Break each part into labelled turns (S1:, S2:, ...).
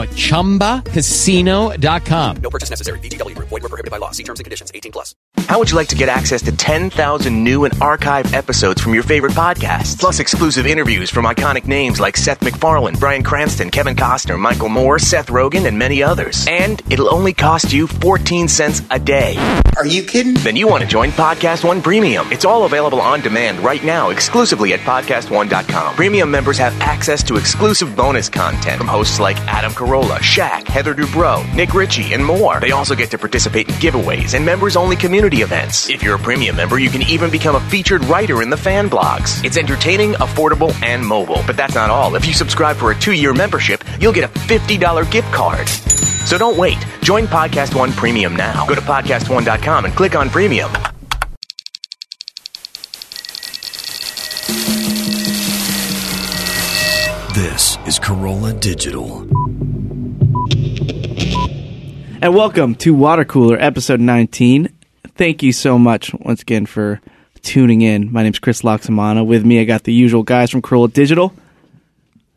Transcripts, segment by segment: S1: at ChumbaCasino.com.
S2: No purchase necessary. BGW. Void were prohibited by law. See terms and conditions. 18 plus.
S3: How would you like to get access to 10,000 new and archived episodes from your favorite podcasts, plus exclusive interviews from iconic names like Seth MacFarlane, Brian Cranston, Kevin Costner, Michael Moore, Seth Rogen, and many others? And it'll only cost you 14 cents a day.
S4: Are you kidding?
S3: Then you want to join Podcast One Premium. It's all available on demand right now exclusively at podcastone.com. Premium members have access to exclusive bonus content from hosts like Adam Carolla, Shaq, Heather Dubrow, Nick Ritchie, and more. They also get to participate in giveaways and members only community events. If you're a premium member, you can even become a featured writer in the fan blogs. It's entertaining, affordable, and mobile. But that's not all. If you subscribe for a two year membership, you'll get a $50 gift card. So don't wait. Join Podcast One Premium now. Go to podcastone.com and click on Premium.
S5: This is Corolla Digital.
S6: And welcome to Water Cooler, episode 19. Thank you so much once again for tuning in. My name's Chris Loxamana. With me, I got the usual guys from Cruel Digital.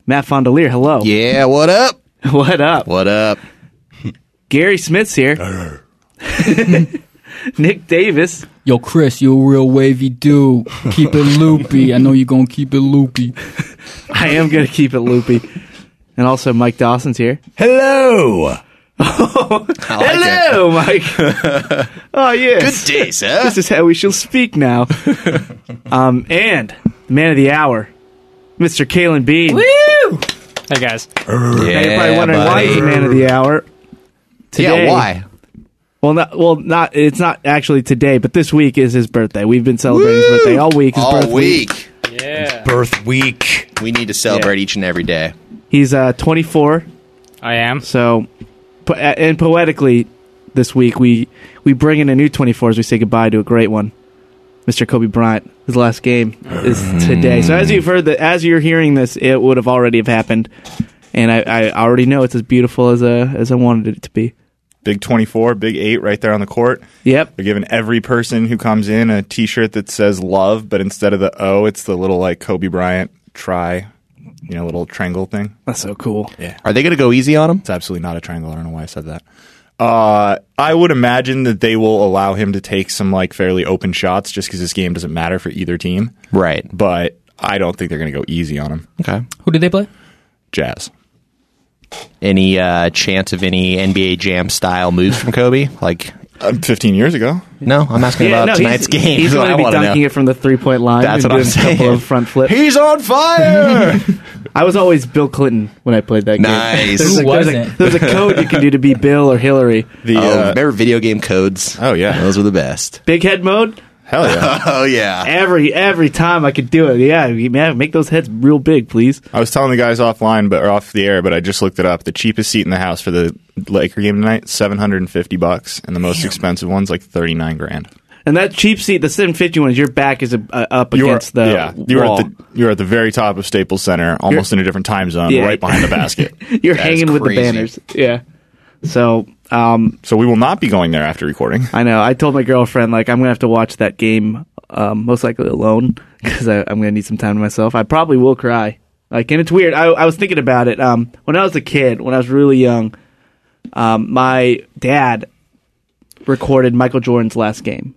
S6: Matt Fondelier, hello.
S7: Yeah, what up?
S6: What up?
S7: What up?
S6: Gary Smith's here. Nick Davis.
S8: Yo, Chris, you a real wavy dude. Keep it loopy. I know you're gonna keep it loopy.
S6: I am going to keep it loopy. And also, Mike Dawson's here.
S5: Hello.
S6: Hello, Mike. oh, yes.
S7: Good day, sir.
S6: This is how we shall speak now. um, and the man of the hour, Mr. Kalen Bean.
S9: Hey guys,
S6: Now you're probably wondering why he's the man of the hour. Today,
S7: Yeah, why?
S6: Well, not well, not it's not actually today, but this week is his birthday. We've been celebrating his birthday all week. His
S7: All
S6: birth
S7: week.
S5: Birth week.
S7: We need to celebrate each and every day.
S6: He's uh, 24,
S9: I am.
S6: so po- and poetically, this week we we bring in a new 24 as we say goodbye to a great one, Mr. Kobe Bryant. His last game is today. So as you've heard that, as you're hearing this, it would have already have happened, and I, I already know it's as beautiful as uh, as I wanted it to be.
S10: Big 24, Big 8 right there on the court.
S6: Yep.
S10: They're giving every person who comes in a t shirt that says love, but instead of the O, it's the little like Kobe Bryant try, you know, little triangle thing.
S6: That's so cool.
S7: Are they going to go easy on him?
S10: It's absolutely not a triangle. I don't know why I said that. Uh, I would imagine that they will allow him to take some like fairly open shots just because this game doesn't matter for either team,
S7: Right.
S10: but I don't think they're going to go easy on him.
S7: Okay.
S8: Who did they play?
S10: Jazz.
S7: Any uh, chance of any NBA Jam style moves from Kobe? Like,
S10: Um, 15 years ago.
S7: no, I'm asking about
S6: no,
S7: tonight's
S6: he's,
S7: game.
S6: He's
S7: That's what
S6: going to
S7: I
S6: be
S7: wanna
S6: dunking
S7: know.
S6: it from the three point line.
S7: That's
S6: and
S7: what I'm
S6: doing A couple
S7: saying.
S6: of front flips.
S7: He's on fire.
S6: I was always Bill Clinton when I played that game.
S7: Nice.
S6: There's a,
S8: Who
S6: there's, a,
S8: wasn't?
S6: there's a code you can do to be Bill or Hillary.
S10: The,
S7: oh,
S10: uh,
S7: remember video game codes?
S10: Oh, yeah.
S7: Those were the best.
S6: Big head mode.
S10: hell yeah.
S7: Oh, yeah.
S6: Every every time I could do it. Yeah, you- man, make those heads real big, please.
S10: I was telling the guys offline, but or off the air, but I just looked it up. The cheapest seat in the house for the Laker game tonight, seven hundred and fifty bucks, and the most expensive one's like thirty nine grand.
S6: And that cheap seat, the 750 one, is your back is uh, up
S10: You were,
S6: against the
S10: yeah, you were
S6: wall.
S10: at the you were at the very top of Staples Center, almost in a different time zone,
S6: Yeah.
S10: right behind the basket.
S6: You're
S7: That is
S6: hanging with the
S7: crazy.
S6: banners. Yeah. So um,
S10: so we will not be going there after recording.
S6: I know. I told my girlfriend like I'm gonna have to watch that game um, most likely alone because I'm gonna need some time to myself. I probably will cry. Like, and it's weird. I, I was thinking about it um, when I was a kid, when I was really young. Um, my dad recorded Michael Jordan's last game.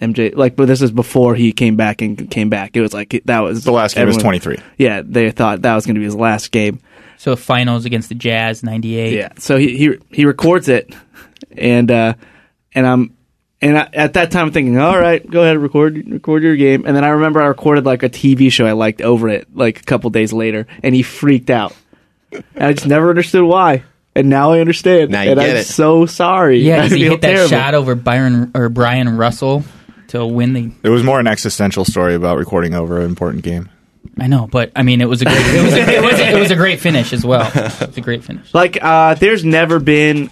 S6: MJ, like, but this is before he came back and came back. It was like that was
S10: The last game was
S6: everyone-
S10: 23.
S6: Yeah, they thought that was going to be his last game.
S9: So finals against the Jazz, ninety eight.
S6: Yeah. So he he he records it, and uh, and I'm and I, at that time I'm thinking, all right, go ahead, record record your game. And then I remember I recorded like a TV show I liked over it, like a couple days later, and he freaked out. And I just never understood why, and now I understand.
S4: Now you
S6: and
S4: get
S6: I'm
S4: it.
S6: so sorry.
S8: Yeah,
S6: I
S8: 'cause he
S6: feel
S8: hit that
S6: terrible.
S8: shot over Byron or Brian Russell to win the.
S10: It was more an existential story about recording over an important game.
S8: I know, but I mean, it was a great. It was a, it was a, it was a great finish as well. It was a great finish.
S6: Like, uh, there's never been.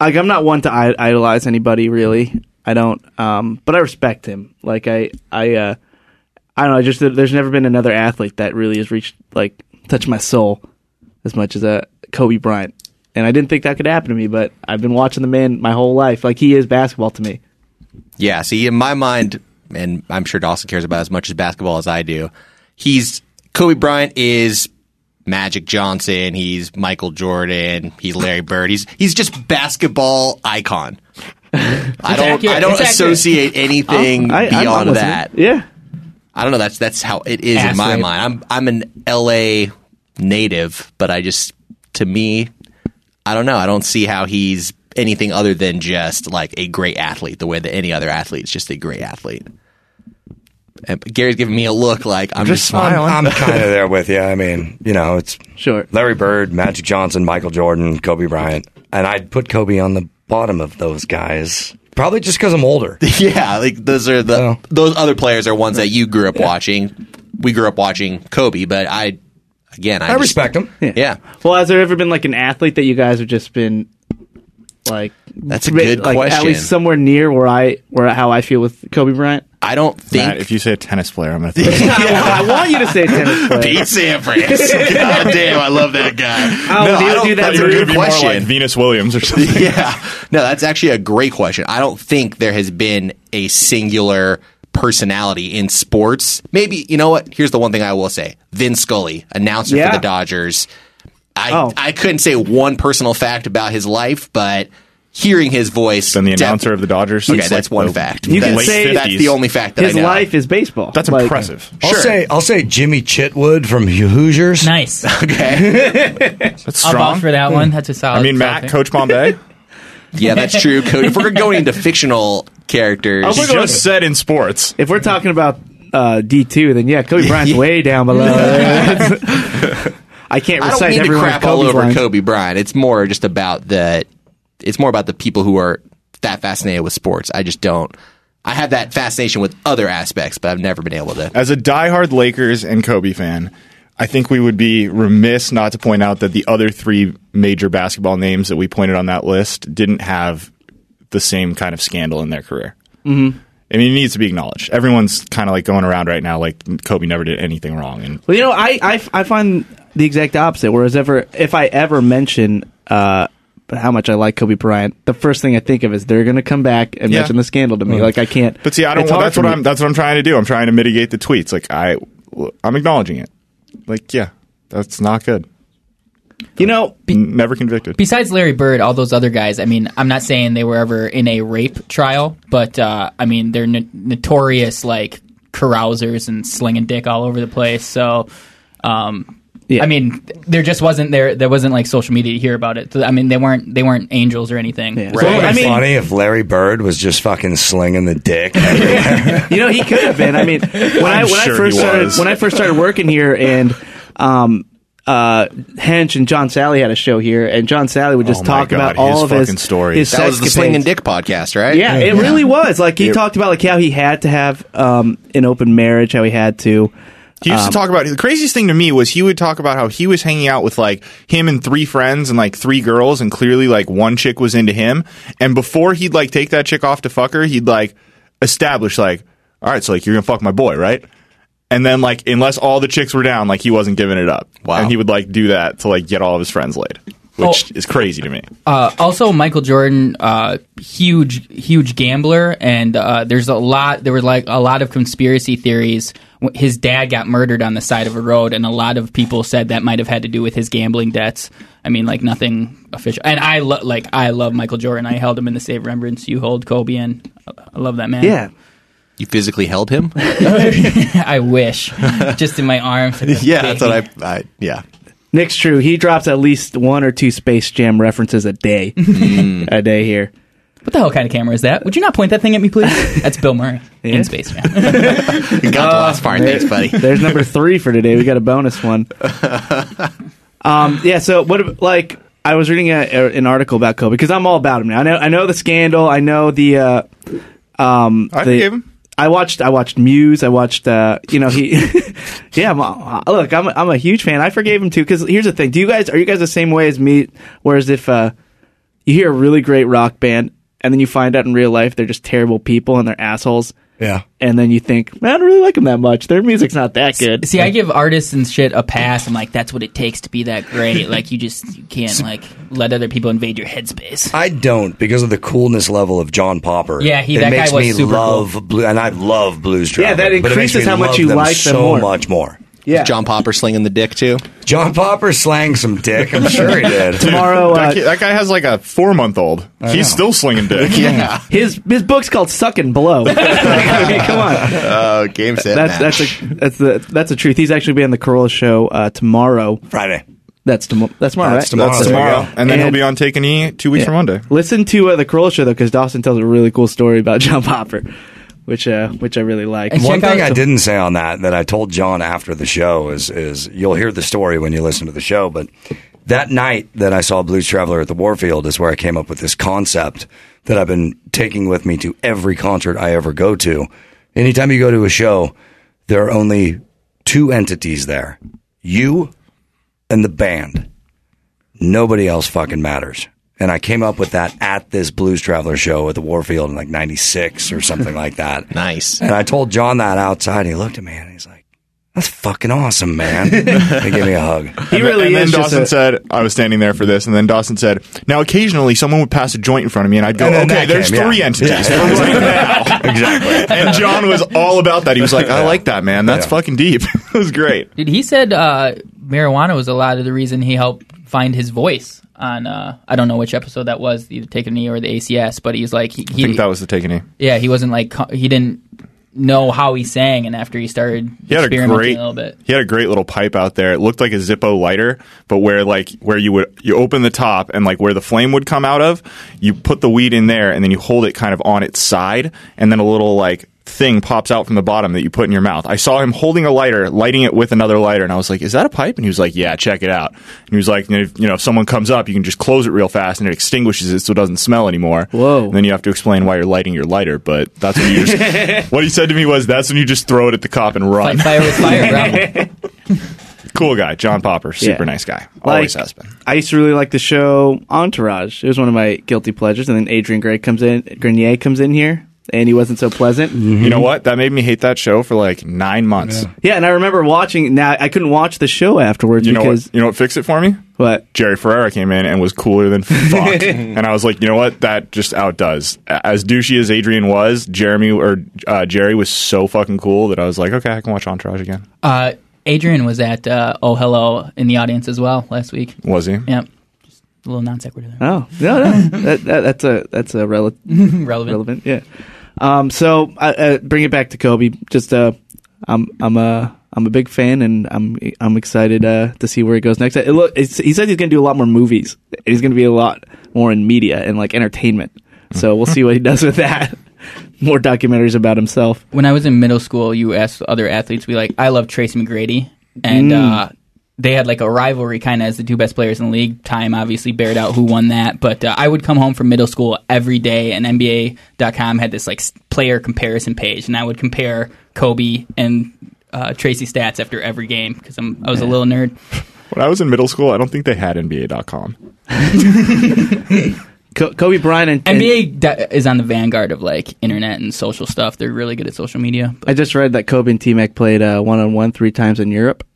S6: Like, I'm not one to I- idolize anybody, really. I don't. Um, but I respect him. Like, I, I, uh, I don't know. Just that there's never been another athlete that really has reached, like, touched my soul as much as uh, Kobe Bryant. And I didn't think that could happen to me, but I've been watching the man my whole life. Like, he is basketball to me.
S4: Yeah, see, in my mind, and I'm sure Dawson cares about as much as basketball as I do. He's Kobe Bryant is Magic Johnson. He's Michael Jordan. He's Larry Bird. He's he's just basketball icon. I don't
S8: accurate.
S4: I don't
S8: It's accurate.
S4: associate anything
S6: I- I'm- I'm
S4: beyond
S6: listening.
S4: that.
S6: Yeah.
S4: I don't know. That's that's how it is in
S8: Ass
S4: my
S8: rape.
S4: mind. I'm I'm an LA native, but I just to me, I don't know. I don't see how he's anything other than just like a great athlete, the way that any other athlete is just a great athlete. And Gary's giving me a look like I'm just,
S7: Um,
S4: smiling.
S5: I'm, kind of there with you. I mean, you know, it's
S6: Sure.
S5: Larry Bird, Magic Johnson, Michael Jordan, Kobe Bryant, and I'd put Kobe on the bottom of those guys. Probably just because I'm older.
S4: yeah, like those are the
S5: Oh.
S4: those other players are ones that you grew up watching. We grew up watching Kobe, but I again I,
S5: I
S4: just-
S5: respect him.
S4: Yeah,
S6: Well, has there ever been, like, an athlete that you guys have just been, like,
S4: that's a good
S6: like,
S4: question.
S6: At least somewhere near where I, where how I feel with Kobe Bryant?
S4: I don't think
S10: Matt, if you say a tennis player, I'm going to think.
S6: I want you to say tennis player.
S4: Pete Sampras. God damn, I love that guy.
S6: Oh,
S4: no,
S6: they
S4: I
S6: would
S4: don't
S6: do that
S4: that's
S6: for
S4: a
S6: you.
S4: good
S10: Be more like
S4: question.
S10: Venus Williams or something.
S4: yeah. No, that's actually a great question. I don't think there has been a singular personality in sports. Maybe, you know what? Here's the one thing I will say. Vin Scully, announcer
S6: Yeah.
S4: for the Dodgers. I
S6: Oh.
S4: I couldn't say one personal fact about his life, but hearing his voice
S10: Then the
S4: def-
S10: announcer of the Dodgers.
S4: Okay,
S10: since,
S4: that's
S10: like,
S4: one
S10: the
S4: fact.
S6: You can
S4: that's,
S6: say
S4: that's the only fact that
S6: His
S4: I know.
S6: life is baseball.
S10: That's
S6: Like,
S10: impressive.
S5: I'll say I'll say Jimmy Chitwood from Hoosiers.
S8: Nice.
S4: Okay.
S10: That's
S8: I'll
S10: strong.
S8: vouch for that one. That's a solid.
S10: I mean,
S8: solid
S10: Matt,
S8: pick.
S10: Coach Bombay.
S4: yeah, that's true. Cody, if we're going into fictional characters,
S6: I'll
S10: he
S6: look at-
S10: just said in sports.
S6: If we're talking about uh, D two, then yeah, Kobe Bryant's way down below. I can't
S4: I don't
S6: recite
S4: mean to
S6: everyone
S4: crap all over Kobe Bryant. It's more just about the. It's more about the people who are that fascinated with sports. I just don't. I have that fascination with other aspects, but I've never been able to.
S10: As a diehard Lakers and Kobe fan, I think we would be remiss not to point out that the other three major basketball names that we pointed on that list didn't have the same kind of scandal in their career. Mm-hmm. I mean, it needs to be acknowledged. Everyone's kind of like going around right now like Kobe never did anything wrong. And
S6: Well, you know, I, I, I find the exact opposite. Whereas ever if I ever mention uh, how much I like Kobe Bryant, the first thing I think of is they're going to come back and
S10: Yeah.
S6: mention the scandal to me. Like I can't.
S10: But see, I don't.
S6: it's
S10: Want,
S6: hard
S10: that's
S6: for
S10: what
S6: me.
S10: I'm. That's what I'm trying to do. I'm trying to mitigate the tweets. Like I, I'm acknowledging it. Like yeah, that's not good.
S6: You know,
S10: N- Never convicted.
S8: Besides Larry Bird, all those other guys. I mean, I'm not saying they were ever in a rape trial, but uh, I mean, they're no- notorious like carousers and slinging dick all over the place. So. Um,
S6: Yeah.
S8: I mean, there just wasn't there. There wasn't like social media to hear about it. I mean, they weren't they weren't angels or anything.
S6: Yeah.
S8: So,
S6: Right.
S8: I
S5: It'd be
S8: mean,
S5: funny if Larry Bird was just fucking slinging the dick.
S6: you know, he could have been. I mean, when I
S10: I'm
S6: when
S10: sure
S6: I first
S10: he
S6: started
S10: was.
S6: when I first started working here, and um, uh, Hench and John Sally had a show here, and John Sally would just
S10: Oh my
S6: talk
S10: God,
S6: about
S10: his
S6: all of
S10: fucking
S6: his
S10: stories.
S6: His
S4: That was the
S6: sexcapades.
S4: Sling and Dick podcast, right?
S6: Yeah, it really was. Like he talked about like how he had to have um, an open marriage, how he had to.
S10: He used to talk about the craziest thing to me was he would talk about how he was hanging out with like him and three friends and like three girls and clearly like one chick was into him and before he'd like take that chick off to fuck her he'd like establish like all right so like you're gonna fuck my boy right and then like unless all the chicks were down like he wasn't giving it up
S4: Wow.
S10: and he would like do that to like get all of his friends laid which
S8: Oh.
S10: is crazy to me
S8: Uh, also, Michael Jordan, uh, huge, huge gambler, and uh, there's a lot. There were like a lot of conspiracy theories. Wh- His dad got murdered on the side of a road, and a lot of people said that might have had to do with his gambling debts. I mean, like nothing official. And I lo- like I love Michael Jordan. I held him in the same remembrance you hold Kobe, and I love that man.
S6: Yeah,
S4: You physically held him.
S8: I wish just in my arms.
S4: yeah, that's what I. I yeah.
S6: Nick's
S10: Mm.
S6: true. He drops at least one or two Space Jam references a day, a day here.
S8: What the hell kind of camera is that? Would you not point that thing at me, please? That's Bill Murray in space. Man.
S3: You got the last part. Thanks, buddy.
S5: There's number three for today. We got a bonus one. um, yeah. So what? ab- Like, I was reading a, a- an article about Kobe because I'm all about him now. I know. I know the scandal. I know the. Uh, um, the-
S10: I forgave him.
S5: I watched. I watched Muse. I watched. Uh, you know he. yeah. I'm, uh, look, I'm. I'm a huge fan. I forgave him too. Because here's the thing. Do you guys? Are you guys the same way as me? Whereas if uh, you hear a really great rock band and then you find out in real life they're just terrible people and they're assholes.
S6: Yeah.
S5: And then you think, man, I don't really like them that much. Their music's not that good.
S8: See, I give artists and shit a pass. I'm like, that's what it takes to be that great. Like, you just you can't like let other people invade your headspace.
S6: I don't because of the coolness level of John Popper.
S8: Yeah, he-
S6: it
S8: that guy
S6: makes
S8: was
S6: me
S8: super
S6: love blue, and I love blues.
S5: Yeah, that
S6: Traveler, but it makes
S5: increases
S6: me
S5: how much
S6: love
S5: you
S6: them
S5: like them
S6: so
S5: more.
S6: much more.
S5: yeah.
S3: John Popper slinging the dick too.
S6: John Popper slang some dick. I'm sure he did.
S5: Tomorrow,
S10: that,
S5: uh,
S10: kid, that guy has like a four month old. He's still slinging dick. yeah.
S5: his his book's called "Suck and Blow." Like, I mean, come on,
S3: Uh, game set.
S5: that's
S3: match.
S5: that's a, that's the that's the truth. He's actually be on the Corolla show uh, tomorrow.
S6: Friday.
S5: That's tomorrow. That's tomorrow.
S6: That's
S5: right?
S6: tomorrow.
S10: That's
S6: There you
S10: tomorrow.
S6: go.
S10: And then he'll
S5: And-
S10: be on Take E. a Knee two weeks from Monday.
S5: Listen to uh, the Corolla show though, because Dawson tells a really cool story about John Popper, which uh, which I really like.
S8: And
S6: One
S8: check
S6: thing
S8: out
S6: I
S8: the-
S6: didn't say on that that I told John after the show is is you'll hear the story when you listen to the show, but that night that I saw Blues Traveler at the Warfield is where I came up with this concept that I've been taking with me to every concert I ever go to. Anytime you go to a show, there are only two entities there. You and the band. Nobody else fucking matters. And I came up with that at this Blues Traveler show at the Warfield in like 96 or something like that.
S3: nice.
S6: And I told John that outside. He looked at me and he's like, "That's fucking awesome, man." he gave me a hug.
S5: he really
S10: and then
S5: is just
S10: Dawson
S5: a-
S10: said, I was standing there for this, and then Dawson said, Now occasionally someone would pass a joint in front of me, and I'd go,
S6: And then
S10: Okay,
S6: that
S10: there's
S6: came, yeah.
S10: three entities.
S6: Yeah.
S10: We're right now.
S6: Exactly.
S10: And John was all about that. He was like, I like that, man. That's
S6: Yeah.
S10: fucking deep. it was great.
S8: Dude, he said uh, marijuana was a lot of the reason he helped find his voice on. Uh, I don't know which episode that was, either Take a Knee or the ACS, but he's like, he,
S10: I
S8: he
S10: think that was the Take a Knee.
S8: yeah, he wasn't like co- he didn't know how he sang, and after he started
S10: He had a
S8: experimenting
S10: great,
S8: a little bit,
S10: he had a great little pipe out there. It looked like a Zippo lighter, but where like where you would you open the top and like where the flame would come out of, you put the weed in there and then you hold it kind of on its side, and then a little like thing pops out from the bottom that you put in your mouth. I saw him holding a lighter, lighting it with another lighter, and I was like, "Is that a pipe?" And he was like, "Yeah, check it out." And he was like, "You know, if, you know, if someone comes up, you can just close it real fast and it extinguishes it so it doesn't smell anymore."
S5: Whoa.
S10: And then you have to explain why you're lighting your lighter, but that's what you just, what he said to me was, "That's when you just throw it at the cop and run."
S8: fight fire with fire, bro.
S10: Cool guy, John Popper, super
S5: Yeah.
S10: nice guy. Always
S5: Like,
S10: has been.
S5: I used to really like the show Entourage. It was one of my guilty pleasures. And then Adrian Gray comes in, Grenier comes in here, and he wasn't so pleasant.
S10: You know what? That made me hate that show for like nine months.
S5: Yeah, and I remember watching. Now I couldn't watch the show afterwards
S10: You know
S5: because
S10: what? You know what fixed it for me?
S5: what?
S10: Jerry Ferrara came in and was cooler than fuck, and I was like, you know what? That just outdoes. A- As douchey as Adrian was, Jeremy or uh, Jerry was so fucking cool that I was like, okay, I can watch Entourage again.
S8: Uh, Adrian was at uh, Oh Hello in the audience as well last week.
S10: Was he?
S8: Yep. Just a little non sequitur there.
S5: Oh no, no, that, that, that's a that's a rel-
S8: Relevant.
S5: relevant. Yeah. Um. So I uh, bring it back to Kobe. Just uh, I'm I'm a I'm a big fan, and I'm I'm excited uh, to see where he goes next. It look, it's, he says he's going to do a lot more movies. He's going to be a lot more in media and like entertainment. So we'll see what he does with that. More documentaries about himself.
S8: When I was in middle school, you asked other athletes, we like, I love Tracy McGrady. And uh, they had like a rivalry kind of as the two best players in the league. Time obviously bared out who won that. But uh, I would come home from middle school every day, and NBA.com had this like s- player comparison page. And I would compare Kobe and uh, Tracy stats after every game because I was a little nerd.
S10: When I was in middle school, I don't think they had NBA.com.
S5: Co- Kobe Bryant and, and-
S8: NBA da- is on the vanguard of like internet and social stuff. They're really good at social media. But
S5: I just read that Kobe and T Mac played one on one three times in Europe.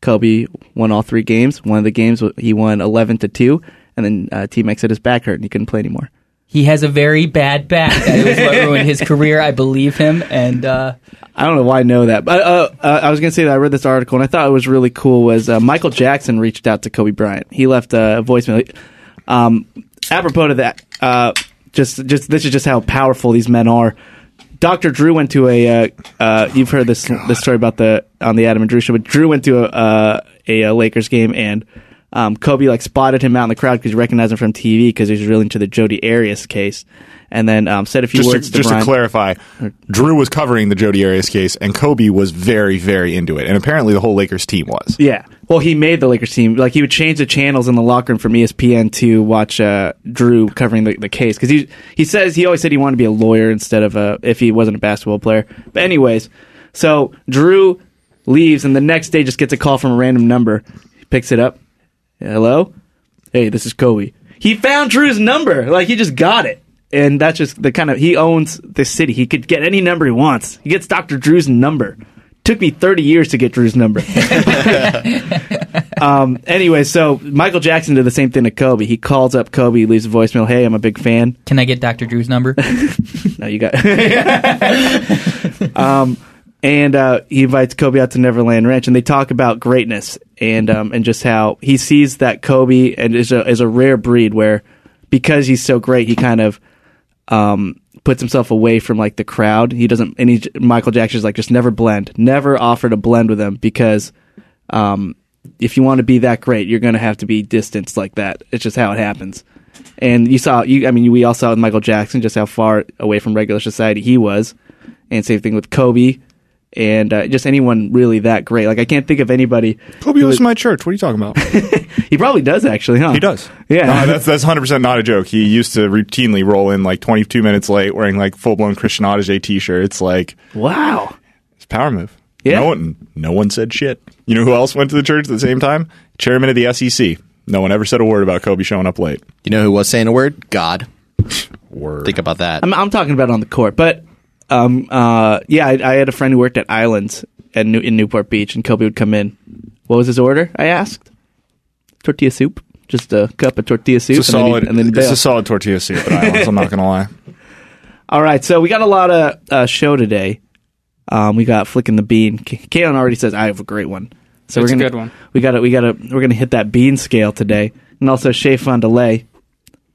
S5: Kobe won all three games. One of the games w- he won eleven to two, and then uh, T Mac said his back hurt and he couldn't play anymore.
S8: he has a very bad back. That was what ruined his career. I believe him. And uh,
S5: I don't know why I know that, but uh, uh, I was gonna say that I read this article and I thought it was really cool. Was uh, Michael Jackson reached out to Kobe Bryant? He left uh, a voicemail. Um, apropos to that, uh, just just this is just how powerful these men are. Dr. Drew went to a. Uh, uh, you've heard this this story about the on the Adam and Drew show, but Drew went to a uh, a, uh Lakers game and um, Kobe like spotted him out in the crowd because he recognized him from TV because he was really into the Jody Arias case, and then um, said a few
S10: Just, to,
S5: words to
S10: just to
S5: Brian.
S10: clarify, Drew was covering the Jody Arias case, and Kobe was very, very into it, and apparently the whole Lakers team was.
S5: Yeah. Well, he made the Lakers team. Like he would change the channels in the locker room from E ESPN to watch uh, Drew covering the, the case because he he says he always said he wanted to be a lawyer instead of a if he wasn't a basketball player. But anyways, so Drew leaves and the next day just gets a call from a random number. He picks it up. Hello. Hey, this is Kobe. He found Drew's number. Like he just got it. And that's just the kind of he owns the city. He could get any number he wants. He gets Dr. Drew's number. Took me 30 years to get Drew's number. Anyway, so Michael Jackson did the same thing to Kobe. He calls up Kobe, he leaves a voicemail. Hey, I'm a big fan.
S8: Can I get Dr. Drew's number?
S5: No, you got. um, and uh, he invites Kobe out to Neverland Ranch, and they talk about greatness and um, and just how he sees that Kobe and is a is a rare breed where because he's so great, he kind of um, puts himself away from like the crowd. He doesn't. And he, Michael Jackson's like just never blend, never offer to blend with them because um, if you want to be that great, you're going to have to be distanced like that. It's just how it happens. And you saw, you I mean, we all saw with Michael Jackson just how far away from regular society he was, and same thing with Kobe, and uh, just anyone really that great. Like I can't think of anybody.
S10: Kobe was in my church. What are you talking about?
S5: He probably does actually, huh?
S10: He does.
S5: Yeah.
S10: No, that's that's hundred percent not a joke. He used to routinely roll in like twenty two minutes late, wearing like full blown Christian Audige t shirt. It's like
S5: Wow.
S10: it's a power move.
S5: Yeah.
S10: No one, no one said shit. You know who else went to the church at the same time? Chairman of the SEC. No one ever said a word about Kobe showing up late.
S3: You know who was saying a word? God.
S10: Word.
S3: Think about that.
S5: I'm, I'm talking about on the court, but um, uh, yeah, I, I had a friend who worked at Islands at New, in Newport Beach, and Kobe would come in. What was his order? I asked. Tortilla soup, just a cup of tortilla soup,
S10: it's a
S5: and
S10: solid.
S5: then, he- and then
S10: it's
S5: bail.
S10: a solid tortilla soup at Islands. I'm not gonna lie.
S5: All right, so we got a lot of uh, show today. Um, we got flicking the bean. K- Kaylin already says I have a great one. So
S9: That's
S5: we're
S9: a
S5: gonna,
S9: good one.
S5: We got to we got to we're gonna hit that bean scale today, and also Shea Fondelay.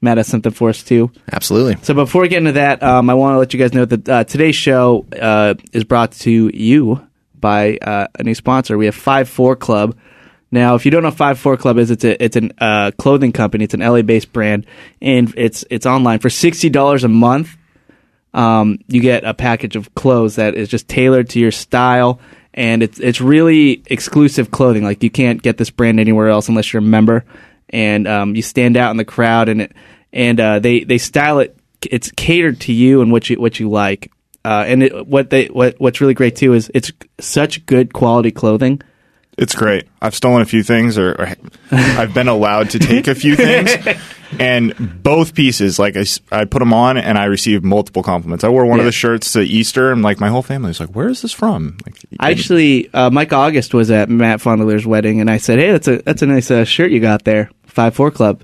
S5: Matt has something for us too.
S3: Absolutely.
S5: So before we get into that, um, I want to let you guys know that uh, today's show uh, is brought to you by uh, a new sponsor. We have Five Four Club. Now, if you don't know Five Four Club is, it's a it's an uh, clothing company. It's an LA based brand, and it's it's online for sixty dollars a month. Um, you get a package of clothes that is just tailored to your style, and it's it's really exclusive clothing. Like you can't get this brand anywhere else unless you're a member, and um, you stand out in the crowd. And it and uh, they they style it. It's catered to you and what you what you like. Uh, and it, what they what what's really great too is it's such good quality clothing.
S10: It's great. I've stolen a few things, or, or I've been allowed to take a few things. And both pieces, like I, s- I put them on and I received multiple compliments. I wore one of
S5: Yeah.
S10: the shirts to Easter, and like my whole family was like, "Where is this from?" Like,
S5: I actually, uh, Mike August was at Matt Fondler's wedding, and I said, "Hey, that's a that's a nice uh, shirt you got there, five four club."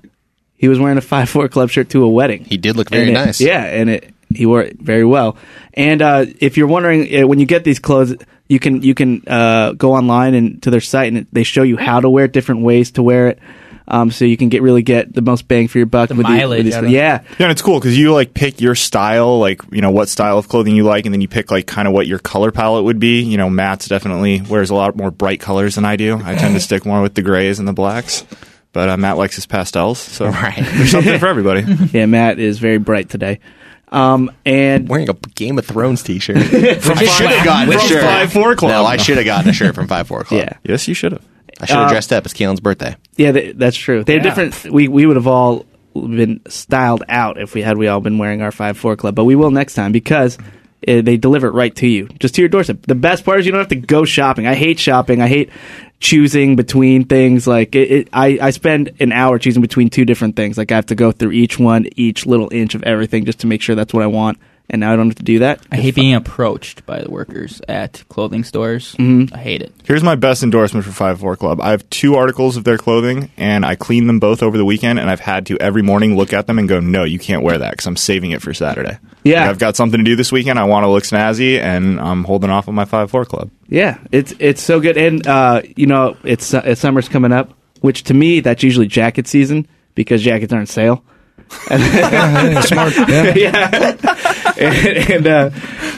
S5: He was wearing a five four club shirt to a wedding.
S3: He did look very
S5: And it-
S3: nice.
S5: Yeah, and it he wore it very well. And uh, if you're wondering, uh, when you get these clothes, you can you can uh, go online and to their site, and they show you how to wear it, different ways to wear it. Um, so you can get really get the most bang for your buck with the- with
S8: mileage
S5: these-
S8: out of it.
S5: yeah,
S10: yeah, and it's cool because you like pick your style, like you know what style of clothing you like, and then you pick like kind of what your color palette would be. You know, Matt's definitely wears a lot more bright colors than I do. I tend to stick more with the grays and the blacks, but uh, Matt likes his pastels, so there's something for everybody.
S5: yeah. Matt is very bright today. Um, and
S3: Wearing a Game of Thrones T-shirt. I should have gotten a
S10: from
S3: shirt.
S10: Five Four Club.
S3: No, I should have gotten a shirt from Five Four Club.
S5: yeah,
S10: Yes, you should have.
S3: I should have
S5: Uh,
S3: dressed up. It's Kalen's birthday.
S5: Yeah, they, that's true. They're different. We we would have all been styled out if we had we all been wearing our five four club, but we will next time because uh, they deliver it right to you, just to your doorstep. The best part is you don't have to go shopping. I hate shopping. I hate choosing between things. Like it, it, I I spend an hour choosing between two different things. Like I have to go through each one, each little inch of everything, just to make sure that's what I want. And now I don't have to do that.
S8: I hate being approached by the workers at clothing stores. Mm-hmm. I hate it.
S10: Here's my best endorsement for Five Four Club. I have two articles of their clothing, and I cleaned them both over the weekend. And I've had to every morning look at them and go, "No, you can't wear that because I'm saving it for Saturday."
S5: Yeah.
S10: Like, I've got something to do this weekend. I want to look snazzy, and I'm holding off on my Five Four Club.
S5: Yeah, it's it's so good, and uh, you know, it's uh, summer's coming up, which to me that's usually jacket season because jackets aren't sale.
S6: Smart. Yeah.
S5: yeah, and and, uh,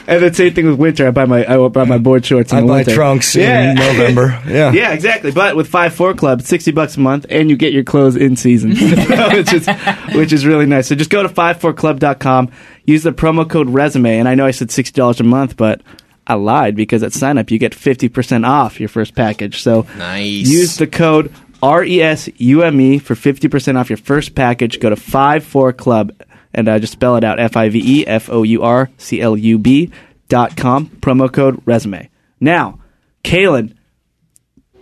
S5: and the same thing with winter. I buy my I will buy my board shorts. In
S11: I
S5: the
S11: buy
S5: winter.
S11: trunks in November. Yeah.
S5: Yeah, exactly. But with Five Four Club, sixty bucks a month, and you get your clothes in season, which is which is really nice. So just go to 54club.com, use the promo code resume, and I know I said sixty dollars a month, but I lied because at sign up you get fifty percent off your first package. So
S3: Nice.
S5: Use the code R E S U M E for fifty percent off your first package. Go to 54club and uh, just spell it out F I V E F O U R C L U B dot com. Promo code resume. Now, Kalen.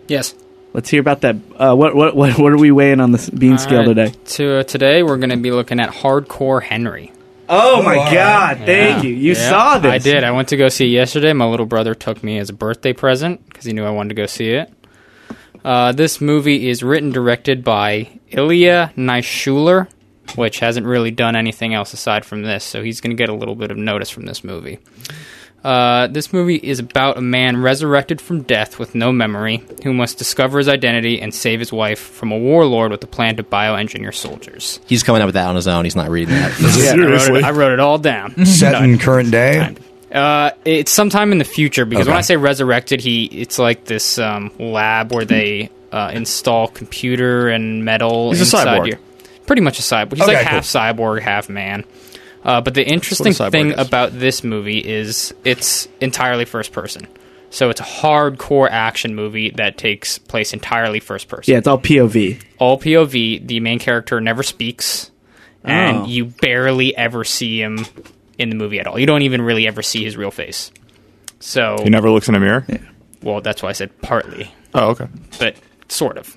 S10: Yes.
S5: Let's hear about that. Uh, what, what what what are we weighing on this bean scale
S10: All right,
S5: today?
S10: To uh, today, we're going to be looking at Hardcore Henry.
S5: Oh my God! Thank you. You
S10: Yeah,
S5: saw this.
S10: I did. I went to go see it yesterday. My little brother took me as a birthday present because he knew I wanted to go see it. Uh, this movie is written directed by Ilya Nishuler, which hasn't really done anything else aside from this, so he's going to get a little bit of notice from this movie. Uh, this movie is about a man resurrected from death with no memory who must discover his identity and save his wife from a warlord with a plan to bioengineer soldiers.
S3: He's coming up with that on his own. He's not reading that.
S10: Yeah, I wrote it, I wrote it all down.
S11: Set in current day.
S10: Uh, it's sometime in the future because when
S11: Okay.
S10: I say resurrected, he it's like this um, lab where they uh, install computer and metal
S12: He's a
S10: inside
S12: cyborg.
S10: you. Pretty much a cyborg. He's
S11: Okay,
S10: like
S11: cool.
S10: half cyborg, half man. Uh, but the interesting
S12: cyborg
S10: thing
S12: is.
S10: about this movie is it's entirely first person. So it's a hardcore action movie that takes place entirely first person
S5: Yeah, it's all POV.
S10: all POV. The main character never speaks, and
S5: Oh.
S10: you barely ever see him in the movie at all. You don't even really ever see his real face. So,
S12: He never looks in a mirror.
S10: well, that's why I said partly,
S12: Oh, okay.
S10: but sort of.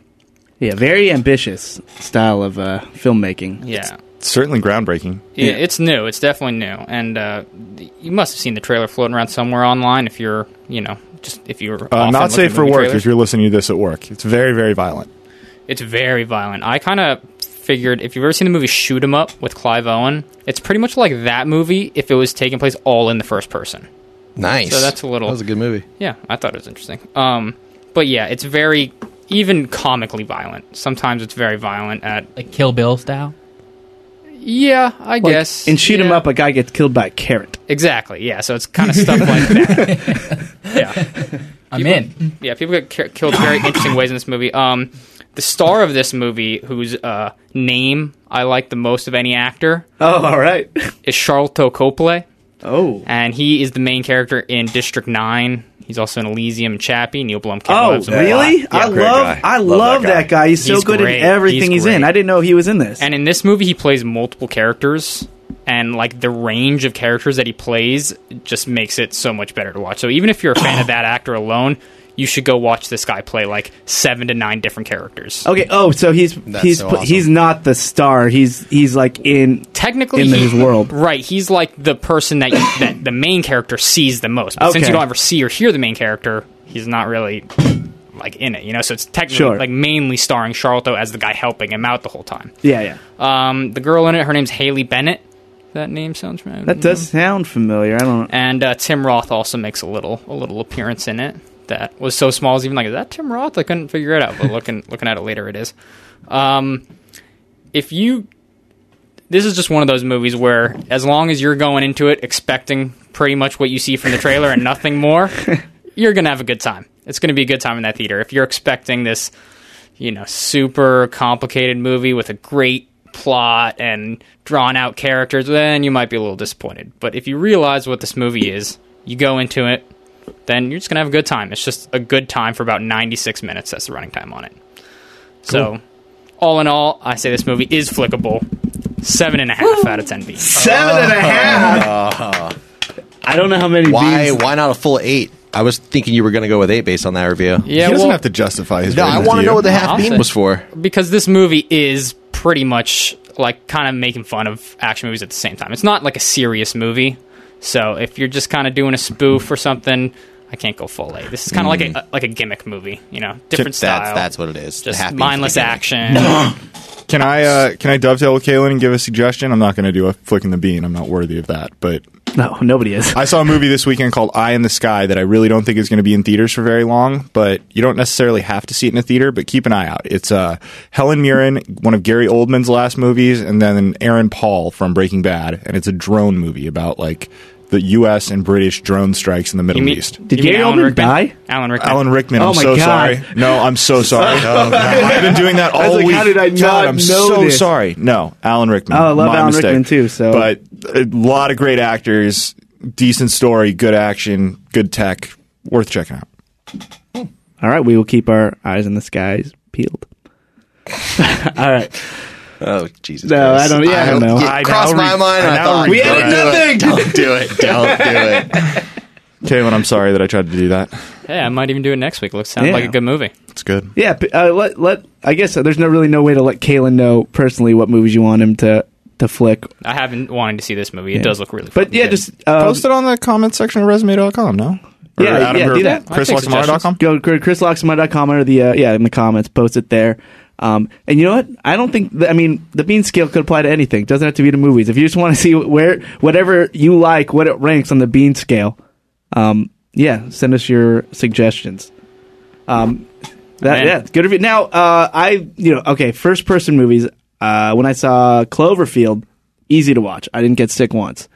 S5: Yeah, very ambitious style of uh, filmmaking.
S10: Yeah.
S12: Certainly groundbreaking.
S10: Yeah, it's new. It's definitely new, and uh, th- you must have seen the trailer floating around somewhere online. If you're, you know, just if you're
S12: Uh,
S10: often
S12: not
S10: looking
S12: safe
S10: at
S12: for
S10: movie
S12: work
S10: trailers.
S12: if you're listening to this at work. It's very, very violent.
S10: It's very violent. I kind of figured if you've ever seen the movie Shoot 'Em Up with Clive Owen, it's pretty much like that movie if it was taking place all in the first person.
S3: nice.
S10: So that's a little.
S3: That was a good movie.
S10: yeah, I thought it was interesting. Um, but yeah, it's very even comically violent. Sometimes it's very violent. At
S6: like Kill Bill style.
S10: yeah, I guess.
S5: And shoot him
S10: Yeah.
S5: up, a guy gets killed by a carrot.
S10: Exactly. Yeah. So it's kind of stuff like that. yeah.
S6: I'm in.
S10: Yeah, people get ki- killed very interesting ways in this movie. Um, the star of this movie, whose uh, name I like the most of any actor,
S5: Oh, all right.
S10: is Charlton Copley,
S5: Oh,
S10: and he is the main character in District Nine. He's also in Elysium and Chappie. Neil Blomkamp.
S5: oh,
S10: loves him a lot.
S5: really? I
S11: great guy.
S5: love, I
S11: Love
S5: love,
S11: that
S5: that,
S11: guy.
S5: guy. He's so
S10: He's
S5: good
S10: great.
S5: in everything he's,
S10: He's
S5: in.
S10: great.
S5: I didn't know he was in this.
S10: And in this movie, he plays multiple characters, and like the range of characters that he plays just makes it so much better to watch. So even if you're a fan of that actor alone, you should go watch this guy play like seven to nine different characters.
S5: okay. Oh, so he's he's
S3: so
S5: pl-
S3: awesome.
S5: he's not the star. He's he's like in.
S10: Technically,
S5: In
S10: he-
S5: his world.
S10: right? He's like the person that that the main character sees the most. But since
S5: Okay.
S10: you don't ever see or hear the main character, he's not really like in it, you know. So it's technically
S5: Sure.
S10: like mainly starring Charlton as the guy helping him out the whole time.
S5: Yeah, yeah.
S10: Um, the girl in it, her name's Haley Bennett. That name sounds familiar.
S5: That does sound familiar. I don't.
S10: Um, and uh, Tim Roth also makes a little a little appearance in it that was so small. I was even like, is that Tim Roth? I couldn't figure it out, but looking looking at it later, it is. Um, if you, this is just one of those movies where as long as you're going into it expecting pretty much what you see from the trailer and nothing more, you're gonna have a good time. It's gonna be a good time in that theater if you're expecting this, you know, super complicated movie with a great plot and drawn out characters, then you might be a little disappointed. But if you realize what this movie is, you go into it, then you're just gonna have a good time. It's just a good time for about 96 minutes. That's the running time on it. So, all in all, I say this movie is flickable. Seven and a half out of ten beats.
S5: Seven and a half. I don't know how many.
S3: Why?
S5: beans-
S3: Why not a full eight? I was thinking you were going to go with eight based on that review.
S10: Yeah,
S12: he doesn't
S10: well,
S12: have to justify his.
S3: No, I
S12: ratings
S3: want to
S12: you.
S3: know what the
S10: I'll
S3: half beam
S10: say-
S3: was for.
S10: because this movie is pretty much like kind of making fun of action movies at the same time. It's not like a serious movie, so if you're just kind of doing a spoof or something, I can't go full A. This is kind of like a like a gimmick movie, you know, different style.
S3: Mm. That's that's what it is. The half beam
S10: Just
S3: for the
S10: mindless
S3: gimmick.
S10: action.
S12: Can I uh, can I dovetail with Kalen and give a suggestion? I'm not going to do a flicking the bean. I'm not worthy of that. But
S5: No, nobody is.
S10: I saw a movie this weekend called Eye in the Sky that I really don't think is going to be in theaters for very long, but you don't necessarily have to see it in a theater, but keep an eye out. It's uh, Helen Mirren, one of Gary Oldman's last movies, and then Aaron Paul from Breaking Bad, and it's a drone movie about like the U.S. and British drone strikes in the Middle
S9: You mean-
S10: East.
S5: Did
S9: you mean
S5: Gary
S9: Alan
S5: Oldman
S9: Rickman?
S5: die?
S9: Alan Rickman.
S10: Alan Rickman,
S5: Oh
S10: I'm
S5: my
S10: so
S5: God.
S10: sorry. No, I'm so sorry. Oh, I've been doing that all
S5: like,
S10: week.
S5: how did I
S10: God,
S5: not
S10: I'm
S5: know
S10: so
S5: this?
S10: sorry. No, Alan Rickman.
S5: Oh, I love
S10: My
S5: Alan
S10: mistake.
S5: Rickman too, so-
S10: but a lot of great actors, decent story, good action, good tech, worth checking out.
S5: All right, we will keep our eyes in the skies peeled. All right.
S3: Oh Jesus!
S5: No,
S3: Christ.
S5: I don't- yeah, I don't know.
S3: it
S10: I
S3: crossed
S10: now
S3: my
S10: re-
S3: mind.
S10: I
S3: and I
S10: now
S3: thought,
S10: regret
S3: Don't do it. Don't do it.
S10: Kaylin, I'm sorry that I tried to do that.
S9: Hey, I might even do it next week. Looks sounds
S5: Yeah.
S9: like a good movie.
S10: It's good.
S5: Yeah, p- uh, let let. I guess uh, there's no really no way to let Kalen know personally what movies you want him to to flick.
S9: I haven't wanted to see this movie.
S5: Yeah.
S9: It does look really.
S5: But
S9: fucking
S5: yeah,
S9: good.
S5: just uh,
S10: Post it on the comment section of resume.com, no? Or
S5: Yeah,
S10: Adam
S5: yeah,
S10: or
S5: do that.
S9: I take
S10: ChrisLoxamara.com?
S5: go to chrisloxamai.com or the uh, yeah in the comments post it there um, and you know what i don't think that, i mean the mean scale could apply to anything doesn't have to be to movies if you just want to see where whatever you like what it ranks on the bean scale um, yeah send us your suggestions um, that
S9: Man.
S5: yeah good review now uh, i you know okay first person movies uh, when i saw cloverfield easy to watch i didn't get sick once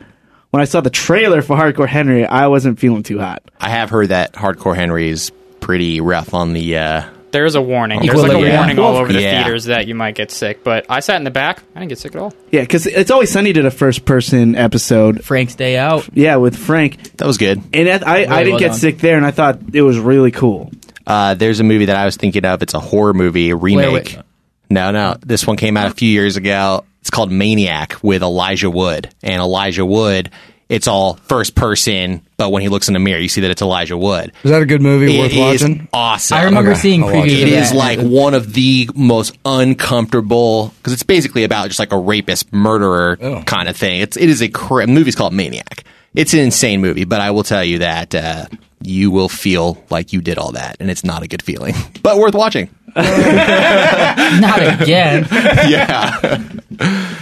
S5: when i saw the trailer for hardcore henry i wasn't feeling too hot
S3: I have heard that Hardcore Henry is pretty rough on the. Uh,
S9: there is a warning. There's like a
S3: Equilibrium.
S9: warning all over the
S3: Yeah.
S9: theaters that you might get sick. But I sat in the back. I didn't get sick at all.
S5: Yeah, because it's always Sunny did a first person episode.
S8: Frank's Day Out.
S5: Yeah, with Frank,
S3: that was good.
S5: and that, I I
S8: Really
S5: didn't
S8: well
S5: get
S8: done.
S5: sick there, and I thought it was really cool.
S3: Uh, there's a movie that I was thinking of. It's a horror movie a remake.
S8: Wait, wait.
S3: No, no. This one came out a few years ago. It's called Maniac with Elijah Wood. And Elijah Wood, it's all first person, but when he looks in the mirror, you see that it's Elijah Wood.
S13: Is that a good movie worth
S3: It is
S13: watching?
S3: awesome.
S8: I remember
S13: Okay,
S8: seeing
S13: I'll watch
S8: previews.
S3: It
S8: of
S3: is
S8: that.
S3: like one of the most uncomfortable because it's basically about just like a rapist murderer kind of thing. It's it is a cra- movie's called Maniac. It's an insane movie, but I will tell you that uh, you will feel like you did all that, and it's not a good feeling, but worth watching.
S8: not again.
S3: yeah.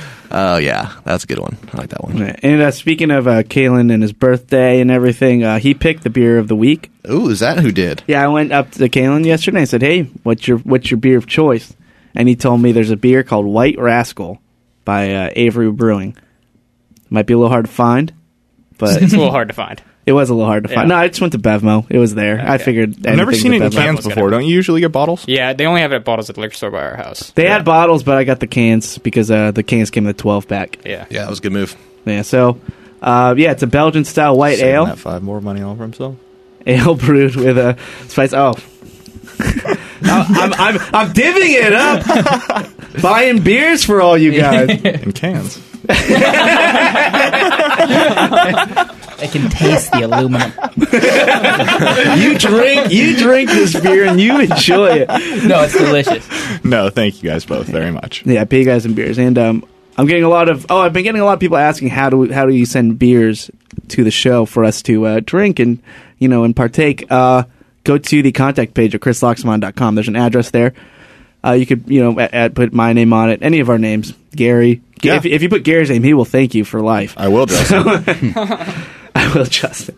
S3: Oh yeah, that's a good one. I like that one.
S5: And uh, speaking of uh, Kalen and his birthday and everything, uh, he picked the beer of the week.
S3: Ooh, is that who did?
S5: Yeah, I went up to Kalen yesterday and said, "Hey, what's your what's your beer of choice?" And he told me there's a beer called White Rascal by uh, Avery Brewing. Might be a little hard to find, but
S9: It's a little hard to find.
S5: it was a little hard to find.
S9: Yeah.
S5: No, I just went to Bevmo. It was there. I figured.
S10: I've never
S5: anything's
S10: seen
S5: at
S10: it in
S5: Bevmo.
S10: cans before. Don't you usually get bottles?
S9: Yeah, they only have it at bottles at the liquor store by our house.
S5: They had bottles, but I got the cans because uh, the cans came in the 12 pack.
S9: Yeah.
S3: Yeah, that was a good move.
S5: Yeah, so uh, yeah, it's a Belgian style white
S10: Saving
S5: ale,
S10: that five more money all for himself.
S5: ale brewed with a spice. Oh, I'm, I'm I'm divvying it up, buying beers for all you guys.
S10: In cans.
S8: I can taste the aluminum.
S5: You drink, you drink this beer and you enjoy it.
S8: No, it's delicious.
S10: No, thank you guys both very much.
S5: Yeah, I pay you guys in beers, and um, I'm getting a lot of oh, I've been getting a lot of people asking how do we, how do you send beers to the show for us to uh, drink and you know and partake. Uh, go to the contact page at chrisloxamon.com. There's an address there. Uh, you could you know a a- put my name on it, any of our names, Gary. Ga-
S10: Yeah.
S5: If, if you put Gary's name, he will thank you for life.
S10: I will, Justin.
S5: I will, Justin.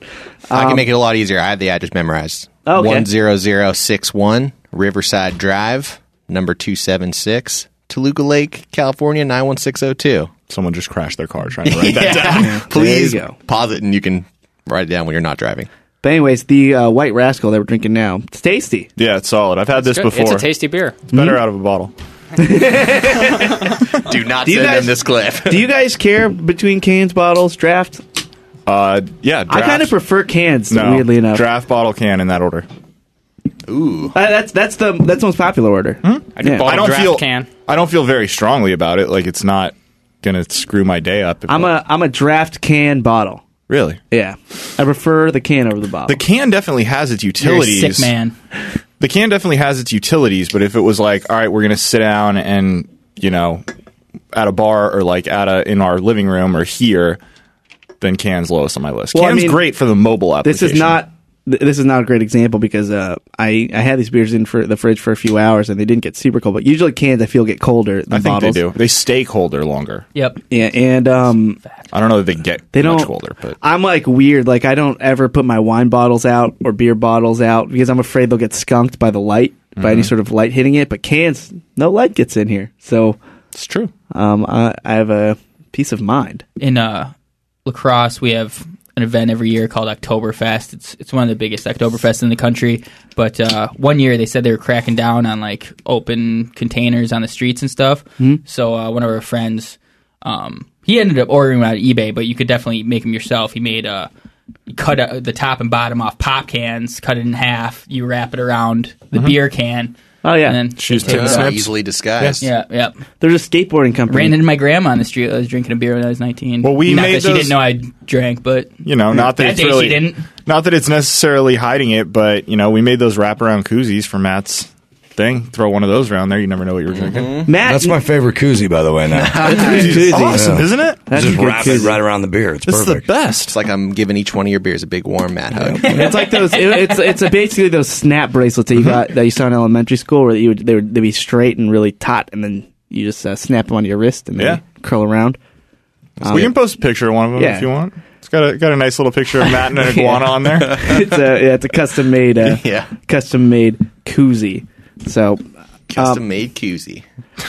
S3: I can make it a lot easier. I have the address memorized.
S5: Um, Oh, Okay.
S3: One zero zero six one Riverside Drive, number two seven six, Toluca Lake, California nine one six zero two.
S10: Someone just crashed their car trying to write that down.
S3: Please
S5: There you go.
S3: pause it, and you can write it down when you're not driving.
S5: But anyways, the uh, White Rascal that we're drinking now, it's tasty. Hmm?
S10: Yeah, it's solid. I've had this
S9: Good.
S10: before.
S9: It's a tasty beer.
S10: It's better out of a bottle.
S3: Do not
S5: you
S3: send
S5: guys-
S3: them this clip.
S5: Do you guys care between cans, bottles, draft?
S10: Uh, yeah, draft.
S5: I kind of prefer cans,
S10: no,
S5: weirdly enough.
S10: draft bottle can in that order.
S5: Uh, that's that's the that's the most popular order.
S8: Hmm?
S9: I do
S5: Yeah.
S9: bottle
S10: I don't
S9: draft
S10: feel
S9: can.
S10: I don't feel very strongly about it. Like it's not gonna screw my day up. if
S5: I'm
S10: I-
S5: a I'm a draft can bottle.
S10: really.
S5: Yeah, I prefer the can over the bottle.
S10: The can definitely has its
S8: You're a
S10: utilities.
S8: sick man.
S10: The can definitely has its utilities, but if it was like, all right, we're gonna sit down and you know, at a bar or like at a in our living room or here, then cans lowest on my list.
S5: Well, I
S10: Can's
S5: mean,
S10: great for the mobile
S5: this
S10: application.
S5: is not th- this is not a great example because uh, I I had these beers in for the fridge for a few hours and they didn't get super cold. But usually cans I feel get colder than
S10: I think
S5: bottles.
S10: they do. They stay colder longer.
S8: Yep.
S5: Yeah, and um,
S10: I don't know that they get
S5: they
S10: much
S5: don't
S10: colder, but
S5: I'm like weird. Like I don't ever put my wine bottles out or beer bottles out because I'm afraid they'll get skunked by the light by
S10: Mm-hmm.
S5: any sort of light hitting it. But cans, no light gets in here, so
S10: it's true.
S5: um, I, I have a peace of mind.
S8: in uh, lacrosse we have an event every year called Oktoberfest. It's it's one of the biggest Oktoberfests in the country. But uh, one year they said they were cracking down on like open containers on the streets and stuff.
S5: Hmm?
S8: So uh, one of our friends, um, he ended up ordering them on eBay, but you could definitely make them yourself. He made uh, you cut uh, the top and bottom off pop cans, cut it in half, you wrap it around the beer can.
S5: Oh, yeah.
S8: and then,
S10: She's
S3: Yeah,
S10: taking snaps.
S3: easily disguised.
S8: yeah, yeah.
S5: They're a skateboarding company.
S8: Ran into my grandma on the street. I was drinking a beer when I was nineteen.
S10: Well, we
S8: not
S10: made
S8: that she
S10: those-
S8: didn't know I drank, but
S10: You know, not that,
S8: That
S10: it's
S8: day she
S10: really
S8: didn't.
S10: Not that it's necessarily hiding it, but you know, we made those wraparound koozies for Matt's thing. Throw one of those around there. You never know what you're drinking.
S5: Matt,
S6: That's my favorite koozie, by the way. Now
S10: It's awesome,
S6: Yeah.
S10: isn't it?
S5: That's
S6: just
S5: a good
S6: wrap it
S5: koozie.
S6: right around the beer. It's
S10: This is the
S6: perfect.
S10: best.
S3: It's like I'm giving each one of your beers a big warm Matt hug.
S5: It's like those. It, it's it's a basically those snap bracelets that you got that you saw in elementary school where you would they would they'd be straight and really taut, and then you just uh, snap them onto your wrist and they
S10: Yeah.
S5: curl around.
S10: we can post a picture of one of them
S5: Yeah.
S10: if you want. It's got a got a nice little picture of Matt and an iguana on there.
S5: It's a yeah, it's a custom made uh,
S3: Yeah.
S5: custom made koozie. So Um,
S3: Custom made koozie.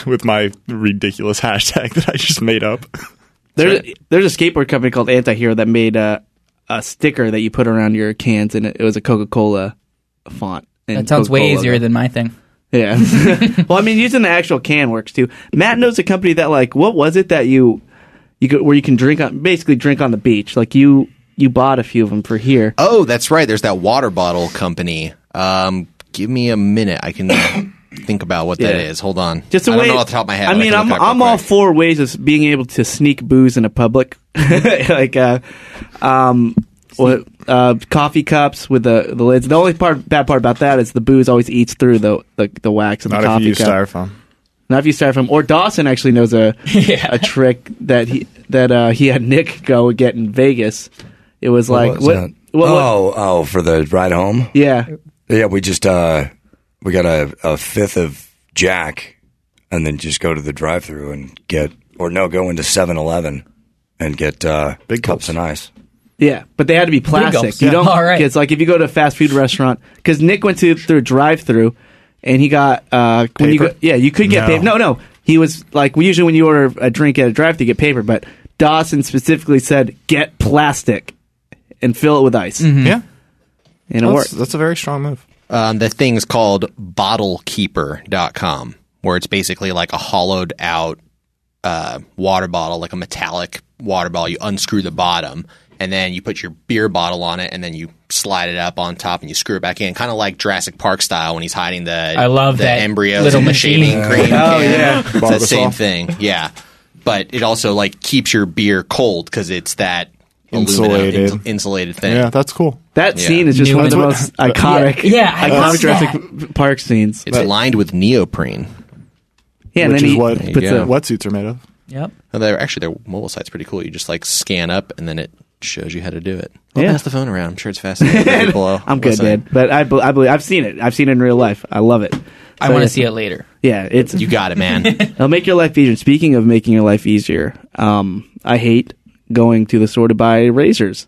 S10: with my ridiculous hashtag that I just made up.
S5: there's there's a skateboard company called Antihero that made a a sticker that you put around your cans and it, it was a Coca Cola font. and
S8: That sounds way
S5: Coca-Cola
S8: easier than my thing.
S5: Yeah. well, I mean, using the actual can works too. Matt knows a company that like what was it that you you could, where you can drink on basically drink on the beach. Like you you bought a few of them for here.
S3: Oh, that's right. There's that water bottle company. Um, give me a minute. I can think about what that
S5: Yeah.
S3: is. Hold on.
S5: Just a
S3: I
S5: way.
S3: don't know off the top of my head.
S5: I
S3: but
S5: mean,
S3: can
S5: I'm
S3: look it up real
S5: I'm all
S3: quick.
S5: for ways of being able to sneak booze into public, like uh, um, what, uh, coffee cups with the the lids. The only part bad part about that is the booze always eats through the the, the wax of the coffee cup.
S10: styrofoam.
S5: Not if you start from or Dawson actually knows a a trick that he that uh, he had Nick go get in Vegas. It was like
S6: What was
S5: what,
S6: that?
S5: what- what-
S6: oh, oh, for the ride home.
S5: yeah
S6: Yeah, we just uh we got a, a fifth of Jack and then just go to the drive through and get or no, go into seven eleven and get uh
S10: Big
S6: cups
S10: gulps.
S6: and ice.
S5: yeah, but they had to be plastic.
S8: gulps.
S5: You don't.
S8: All right.
S5: It's like if you go to a fast food restaurant because Nick went to through drive through and he got uh when you
S10: Paper?
S5: go, yeah you could get
S10: No.
S5: paper. No, no, he was like we usually when you order a drink at a drive through you get paper, but Dawson specifically said get plastic and fill it with ice
S8: Mm-hmm.
S10: Yeah.
S5: and it
S10: That's,
S5: worked.
S10: that's a very strong move.
S3: Um, the thing's called bottlekeeper.com, where it's basically like a hollowed out uh, water bottle, like a metallic water bottle. You unscrew the bottom, and then you put your beer bottle on it, and then you slide it up on top, and you screw it back in, kind of like Jurassic Park style when he's hiding the
S8: I love
S3: the
S8: that
S3: embryos
S8: little
S3: in the
S8: machine.
S3: shaving cream. Oh yeah, it's the
S10: Barbasol.
S3: same thing. Yeah, but it also like keeps your beer cold because it's that aluminum
S10: Insulated.
S3: ins- insulated thing.
S10: Yeah, that's cool.
S5: That
S3: Yeah.
S5: scene is just
S8: Knew
S5: one of
S8: it.
S5: the most iconic,
S8: Yeah, yeah, I
S5: iconic
S8: love
S5: Jurassic Park scenes.
S3: it's lined with neoprene.
S5: yeah, and
S10: Which
S5: then
S10: is
S5: he
S10: what
S5: puts
S3: go.
S5: a-
S10: wetsuits are made of.
S8: Yep.
S3: No, they're actually their mobile site's pretty cool. You just like scan up and then it shows you how to do it. I'll
S5: Yeah.
S3: pass the phone around. I'm sure it's fascinating. People, uh,
S5: I'm good,
S3: listening.
S5: dude. But I, bel- I believe I've seen it. I've seen it in real life. I love it.
S8: I
S5: So,
S8: want
S5: yeah.
S8: to see it later.
S5: Yeah, it's
S3: You got it, man.
S5: it'll make your life easier. Speaking of making your life easier, um, I hate going to the store to buy razors.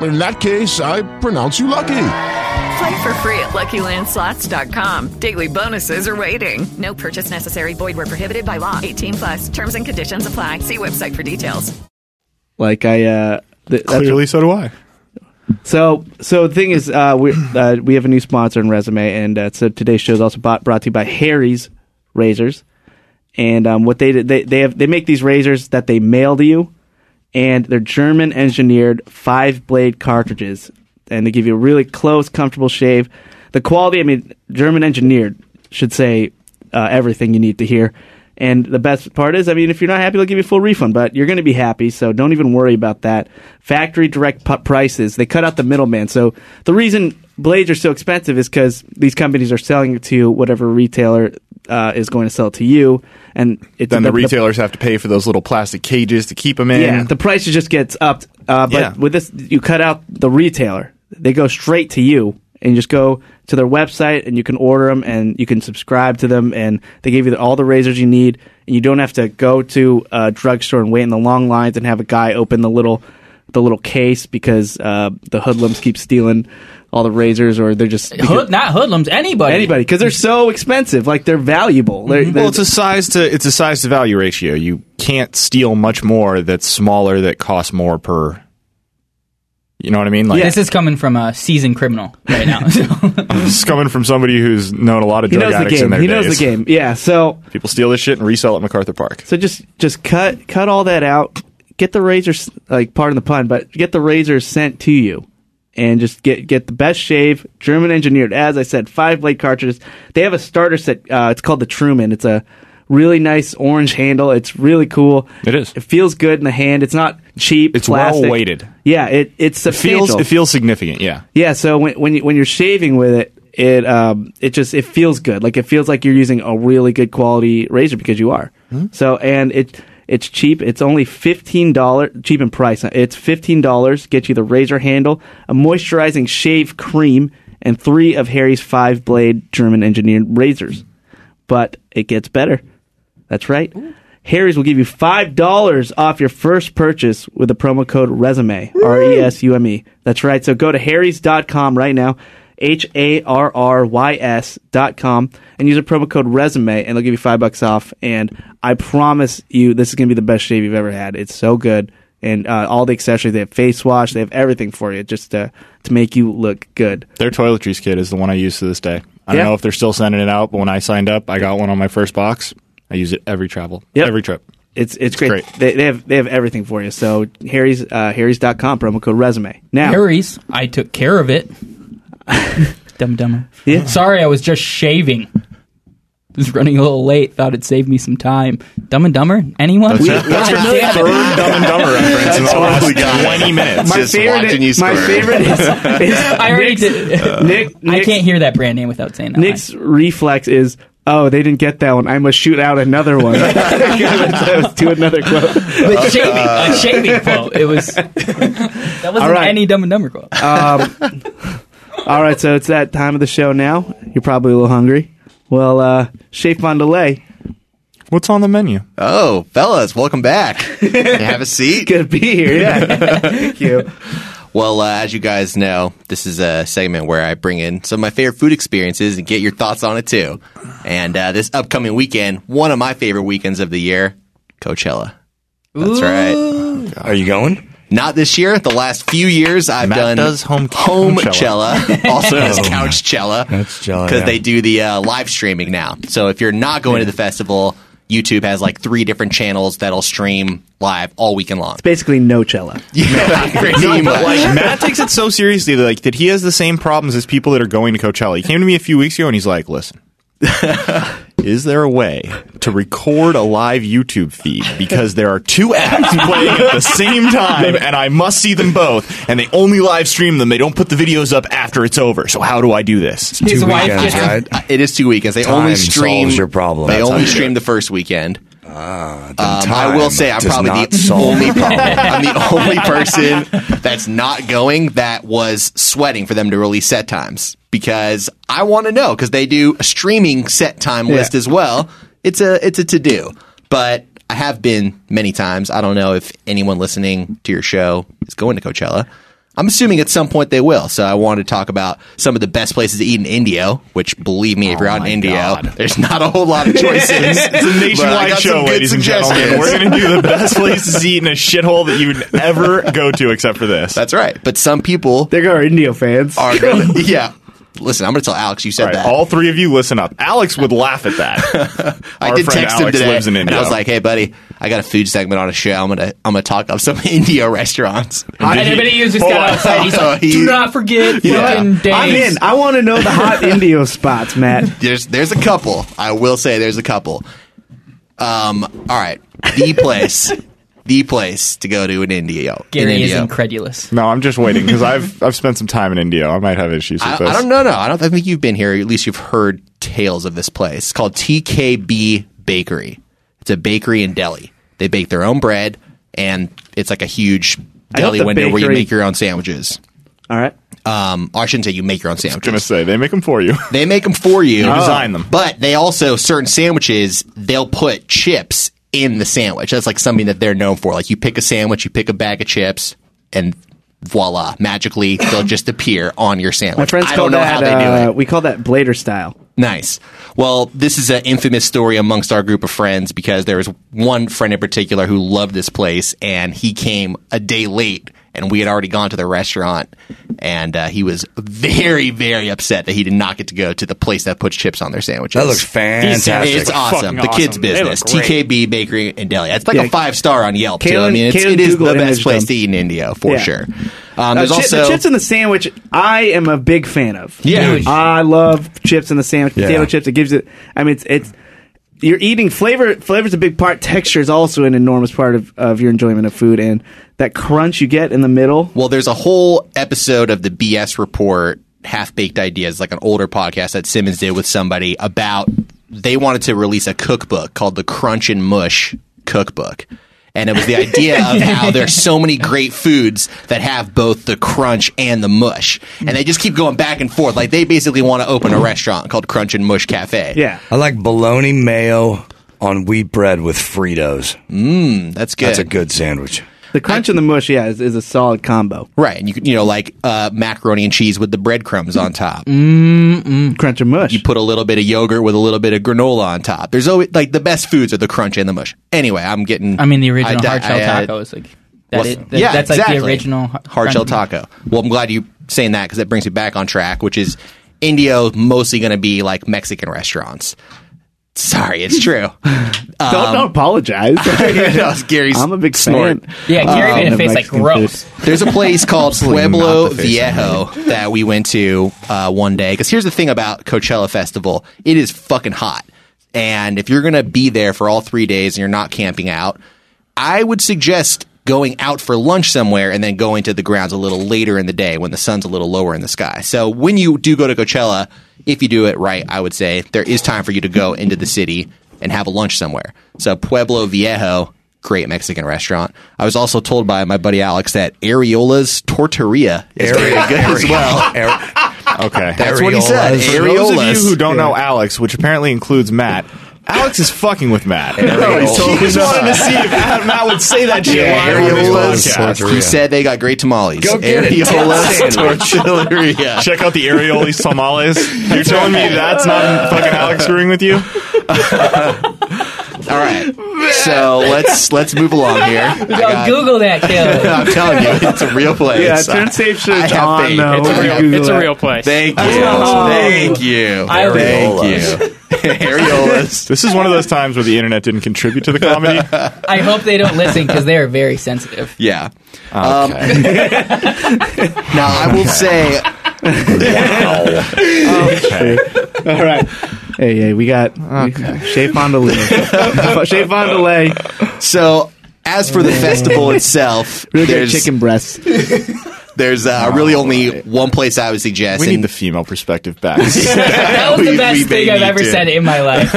S4: In that case, I pronounce you lucky.
S14: Play for free at LuckyLandSlots.com. Um, Daily bonuses are waiting. No purchase necessary. Void where prohibited by law. 18 plus. Terms and conditions apply. See website for details.
S5: Like I, uh,
S6: Th- that's
S5: Clearly,
S6: what-
S5: so do I.
S6: So, so the thing is, uh, we uh, we have a new sponsor in Resume, and uh, so today's show is also bought, brought to you by Harry's Razors, and um, what they did- they they have they make these razors that they mail to you, and they're German engineered five blade cartridges, and they give you a really close, comfortable shave. The quality, I mean, German engineered should say uh, everything you need to hear. And the best part is, I mean, if you're not happy, they'll give you a full refund, but you're going to be happy, so don't even worry about that. Factory direct pu- prices, they cut out the middleman. So the reason blades are so expensive is because these companies are selling it to whatever retailer uh, is going to sell it to you. And it,
S5: Then the retailers have to pay for those little plastic cages to keep them in.
S6: yeah, the price just gets upped. Uh, but
S5: Yeah.
S6: with this, you cut out the retailer. They go straight to you, and you just go to their website, and you can order them, and you can subscribe to them, and they give you all the razors you need, and you don't have to go to a drugstore and wait in the long lines and have a guy open the little the little case because uh, the hoodlums keep stealing all the razors, or they're just
S8: Hood, not hoodlums, anybody.
S6: anybody because they're so expensive, like they're valuable. They're, they're-
S5: well, it's a size to it's a size to value ratio. You can't steal much more that's smaller that costs more per. You know what I mean?
S8: This is coming from a seasoned criminal right now.
S5: This is coming from somebody who's known a lot of
S6: He
S5: drug
S6: knows the
S5: addicts in
S6: game.
S5: their
S6: He
S5: days.
S6: knows the game. Yeah. So
S5: people steal this shit and resell it at MacArthur Park.
S6: So just just cut cut all that out. Get the razors like pardon the pun, but get the razors sent to you, and just get get the best shave, German engineered. As I said, five blade cartridges. They have a starter set. Uh, it's called the Truman. It's a really nice orange handle. It's really cool. It is. It feels good in the hand. It's not cheap.
S5: It's
S6: plastic.
S5: well weighted.
S6: Yeah. It it's
S5: It feels
S6: substantial.
S5: it feels significant. Yeah.
S6: Yeah, so when when you, when you're shaving with it, it um it just it feels good. Like it feels like you're using a really good quality razor because you are. So and it it's cheap. It's only fifteen dollars cheap in price. It's fifteen dollars. Get you the razor handle, a moisturizing shave cream, and three of Harry's five blade German engineered razors. But it gets better. That's right. Harry's will give you five dollars off your first purchase with the promo code resume R E S U M E. That's right. So go to Harry's.com right now, H A R R Y S dot com, and use a promo code resume, and they'll give you five bucks off. And I promise you, this is gonna be the best shave you've ever had. It's so good, and uh, all the accessories. They have face wash. They have everything for you, just to to make you look good.
S5: Their toiletries kit is the one I use to this day. I
S6: Yeah.
S5: don't know if they're still sending it out, but when I signed up, I got one on my first box. I use it every travel, every trip.
S6: It's it's great. They, they have they have everything for you. So Harry's uh, Harry's.com promo code resume now.
S8: Harry's, I took care of it. Dumb dumber.
S6: Yeah.
S8: Sorry, I was just shaving. Was running a little late. Thought it'd save me some time. Dumb and Dumber. Anyone?
S6: That's it. That's your
S8: God
S6: third
S8: damn it.
S6: Dumb and Dumber reference in the That's all last we got. 20 minutes. My favorite is- my favorite is- is
S8: I already
S6: Nick's-
S8: did.
S6: Uh, Nick-
S8: I
S6: Nick's-
S8: can't hear that brand name without saying that.
S6: Nick's reflex is, oh, they didn't get that one. I must shoot out another one. that was to another quote.
S8: But shaving, a shaving quote. It was that wasn't
S6: right.
S8: any Dumb and Dumber quote.
S6: Um, all right, so it's that time of the show now. You're probably a little hungry. Well, uh, Chef Mondelez.
S5: What's on the menu?
S3: Oh, fellas, welcome back. Have a seat.
S6: Good to be here. Yeah. Thank you.
S3: Well, uh, as you guys know, this is a segment where I bring in some of my favorite food experiences and get your thoughts on it too. And uh, this upcoming weekend, one of my favorite weekends of the year, Coachella. That's right.
S4: Are you going?
S3: Not this year. The last few years, I've done
S5: does home-
S3: home
S5: Homecella.
S3: Cella, also known as
S5: Oh.
S3: couch Cella,
S4: That's Cella,
S3: because
S4: yeah.
S3: they do the uh, live streaming now. So if you're not going to the festival, YouTube has like three different channels that'll stream live all weekend long.
S6: Basically, no cello.
S5: no, but like Matt takes it so seriously that like that he has the same problems as people that are going to Coachella. He came to me a few weeks ago and he's like, "Listen, is there a way to record a live YouTube feed because there are two acts playing at the same time and I must see them both and they only live stream them. They don't put the videos up after it's over. So how do I do this?"
S8: His wife just
S3: Uh, It is two weekends. They
S4: Time
S3: only stream
S4: solves your problem.
S3: They
S4: That's
S3: only
S4: how you
S3: stream
S4: do
S3: the first weekend. Ah, I
S4: time
S3: will say I'm
S4: does
S3: probably
S4: not
S3: the
S4: solve
S3: only
S4: the problem.
S3: I'm the only person that's not going that was sweating for them to release set times because I want to know because they do a streaming set time
S6: Yeah.
S3: list as well. It's a it's a to do, but I have been many times. I don't know if anyone listening to your show is going to Coachella. I'm assuming at some point they will. So I want to talk about some of the best places to eat in Indio, which believe me,
S10: Oh
S3: if you're out in Indio, there's not a whole lot of choices.
S10: It's a
S3: But I
S10: nationwide
S3: got
S10: show,
S3: some good
S10: ladies and gentlemen.
S3: suggestions.
S10: We're going to do the best places to eat in a shithole that you'd ever go to, except for this.
S3: That's right. But some people
S10: they are Indio fans.
S3: Oh, yeah. Listen, I'm going to tell Alex you said that.
S10: All three of you, listen up. Alex would laugh at that.
S3: I
S10: Our
S3: did
S10: friend
S3: text him
S10: Alex
S3: today,
S10: lives in
S3: and I
S10: Indio.
S3: was like, "Hey, buddy, I got a food segment on a show. I'm gonna I'm gonna talk up some Indio restaurants."
S8: And everybody who just got outside, he's like,
S3: He-
S8: do not forget fucking days.
S5: I'm in. I want to know the hot Indio spots, Matt.
S3: there's there's a couple. I will say there's a couple. Um, all right, the place, the place to go to in Indio. in
S8: Gary is
S3: Indio.
S8: incredulous.
S10: No, I'm just waiting because I've I've spent some time in Indio. I might have issues with
S3: I,
S10: this.
S3: I don't know. No, I don't. I think you've been here. At least you've heard tales of this place. It's called TKB Bakery. It's a bakery in Delhi. They bake their own bread, and it's like a huge
S10: I hope
S3: deli
S10: the
S3: window where you
S10: bakery-
S3: make your own sandwiches.
S5: All right.
S3: Um, or I shouldn't say you make your own sandwiches.
S10: gonna say they make them for you.
S3: They make them for you.
S10: You design them.
S3: But they also certain sandwiches they'll put chips in the sandwich. That's like something that they're known for. Like you pick a sandwich, you pick a bag of chips, and voila, magically they'll just appear on your sandwich.
S5: My friends
S3: I
S5: call
S3: don't know
S5: that.
S3: how they
S5: uh,
S3: do it.
S5: We call that blader style.
S3: Nice. Well, this is an infamous story amongst our group of friends because there was one friend in particular who loved this place, and he came a day late, and we had already gone to the restaurant, and uh, he was very, very upset that he did not get to go to the place that puts chips on their sandwiches.
S6: That looks fantastic.
S3: It's
S6: Fucking
S3: awesome. The kids'
S6: awesome. They look
S3: business, TKB Bakery and Deli. It's like
S5: Yeah.
S3: a five star on Yelp. too. I
S5: Kalen-
S3: mean, it's,
S5: Kalen
S3: it is
S5: Google
S3: the best
S5: imaged
S3: place
S5: them.
S3: to eat in India for
S5: Yeah.
S3: sure. Um,
S5: Uh,
S3: there's
S5: chi-
S3: also
S5: the chips in the sandwich. I am a big fan of.
S3: Yeah. Huge.
S5: I love chips in the sandwich.
S3: Yeah.
S5: Potato chips. It gives it. I mean, it's it's. You're eating flavor. Flavor's a big part. Texture is also an enormous part of, of your enjoyment of food, and that crunch you get in the middle.
S3: Well, there's a whole episode of the BS report, Half Baked Ideas, like an older podcast that Simmons did with somebody about they wanted to release a cookbook called the Crunch and Mush Cookbook. And it was the idea of how there's so many great foods that have both the crunch and the mush. And they just keep going back and forth. Like they basically want to open a restaurant called Crunch and Mush Cafe.
S5: Yeah.
S6: I like bologna mayo on wheat bread with Fritos.
S3: Mmm, that's good.
S6: That's a good sandwich.
S5: The crunch and the mush, yeah, is, is a solid combo.
S3: Right. And you could, you know, like uh, macaroni and cheese with the breadcrumbs on top.
S5: Mm-mm. Crunch and mush.
S3: You put a little bit of yogurt with a little bit of granola on top. There's always like the best foods are the crunch and the mush. Anyway, I'm getting.
S8: I mean, the original
S3: di-
S8: hard shell
S3: I, uh,
S8: taco is like that.
S3: well,
S8: is- that-
S3: yeah,
S8: that's
S3: exactly.
S8: like the original har-
S3: hard shell
S8: crunch and-
S3: taco. Well, I'm glad you saying that because that brings me back on track, which is Indio mostly going to be like Mexican restaurants. Sorry, it's true.
S5: don't,
S3: Um,
S5: don't apologize.
S3: That was Gary's
S5: I'm a big
S3: snort.
S5: fan. Um,
S8: Yeah, Gary made a
S5: of
S8: face like
S5: Mexican
S8: gross.
S3: There's a place called
S10: not
S3: Pueblo
S10: the face I
S3: Viejo that we went to uh, one day. Because here's the thing about Coachella Festival it is fucking hot. And if you're going to be there for all three days and you're not camping out, I would suggest going out for lunch somewhere and then going to the grounds a little later in the day when the sun's a little lower in the sky. So when you do go to Coachella, if you do it right, I would say there is time for you to go into the city and have a lunch somewhere. So Pueblo Viejo, great Mexican restaurant. I was also told by my buddy Alex that Ariola's Tortilla is very
S6: Ari-
S3: good as
S6: Ari-
S3: well.
S6: Ari-
S10: Okay,
S3: That's what he said.
S6: Areolas.
S10: For those of
S3: Areolas.
S10: you who don't know Alex, which apparently includes Matt, Alex is fucking with Matt.
S6: No, he's
S10: he
S6: totally
S10: just
S6: not.
S10: wanted to see if Matt, Matt would say that shit
S6: Yeah,
S10: live on this
S6: Areolas.
S10: podcast.
S6: Tortilla.
S3: He said they got great tamales.
S6: Go get it.
S3: Areola's
S6: Sandwich.
S3: Tortilla.
S10: Check out the areolas tamales. You're telling me that's not fucking Alex screwing with you?
S3: All right. So let's let's move along here. I
S8: Yo,
S3: got-
S8: Google that, Kale.
S3: I'm telling you, it's a real place.
S5: Yeah, turn safe
S3: I
S5: shit
S3: have
S5: on,
S3: faith.
S5: though.
S3: It's a
S5: When you
S3: real-
S5: Google
S9: It's a
S5: that.
S9: real place.
S3: Thank you. Thank you.
S8: I-
S3: Thank you. Areolas.
S10: This is one of those times where the internet didn't contribute to the comedy.
S8: I hope they don't listen because they are very sensitive.
S3: Yeah. Um, now, I will say,
S5: All right. Hey, hey, we got okay. Shea Fondelay. Shea Fondelay.
S3: so as for the festival itself,
S5: Really good
S3: there's,
S5: chicken breasts.
S3: there's uh, really only one place I would suggest.
S10: We need
S3: and-
S10: the female perspective back.
S8: That was
S3: We-
S8: the best
S3: we
S8: thing
S3: may
S8: I've
S3: need
S8: ever
S3: to.
S8: said in my life.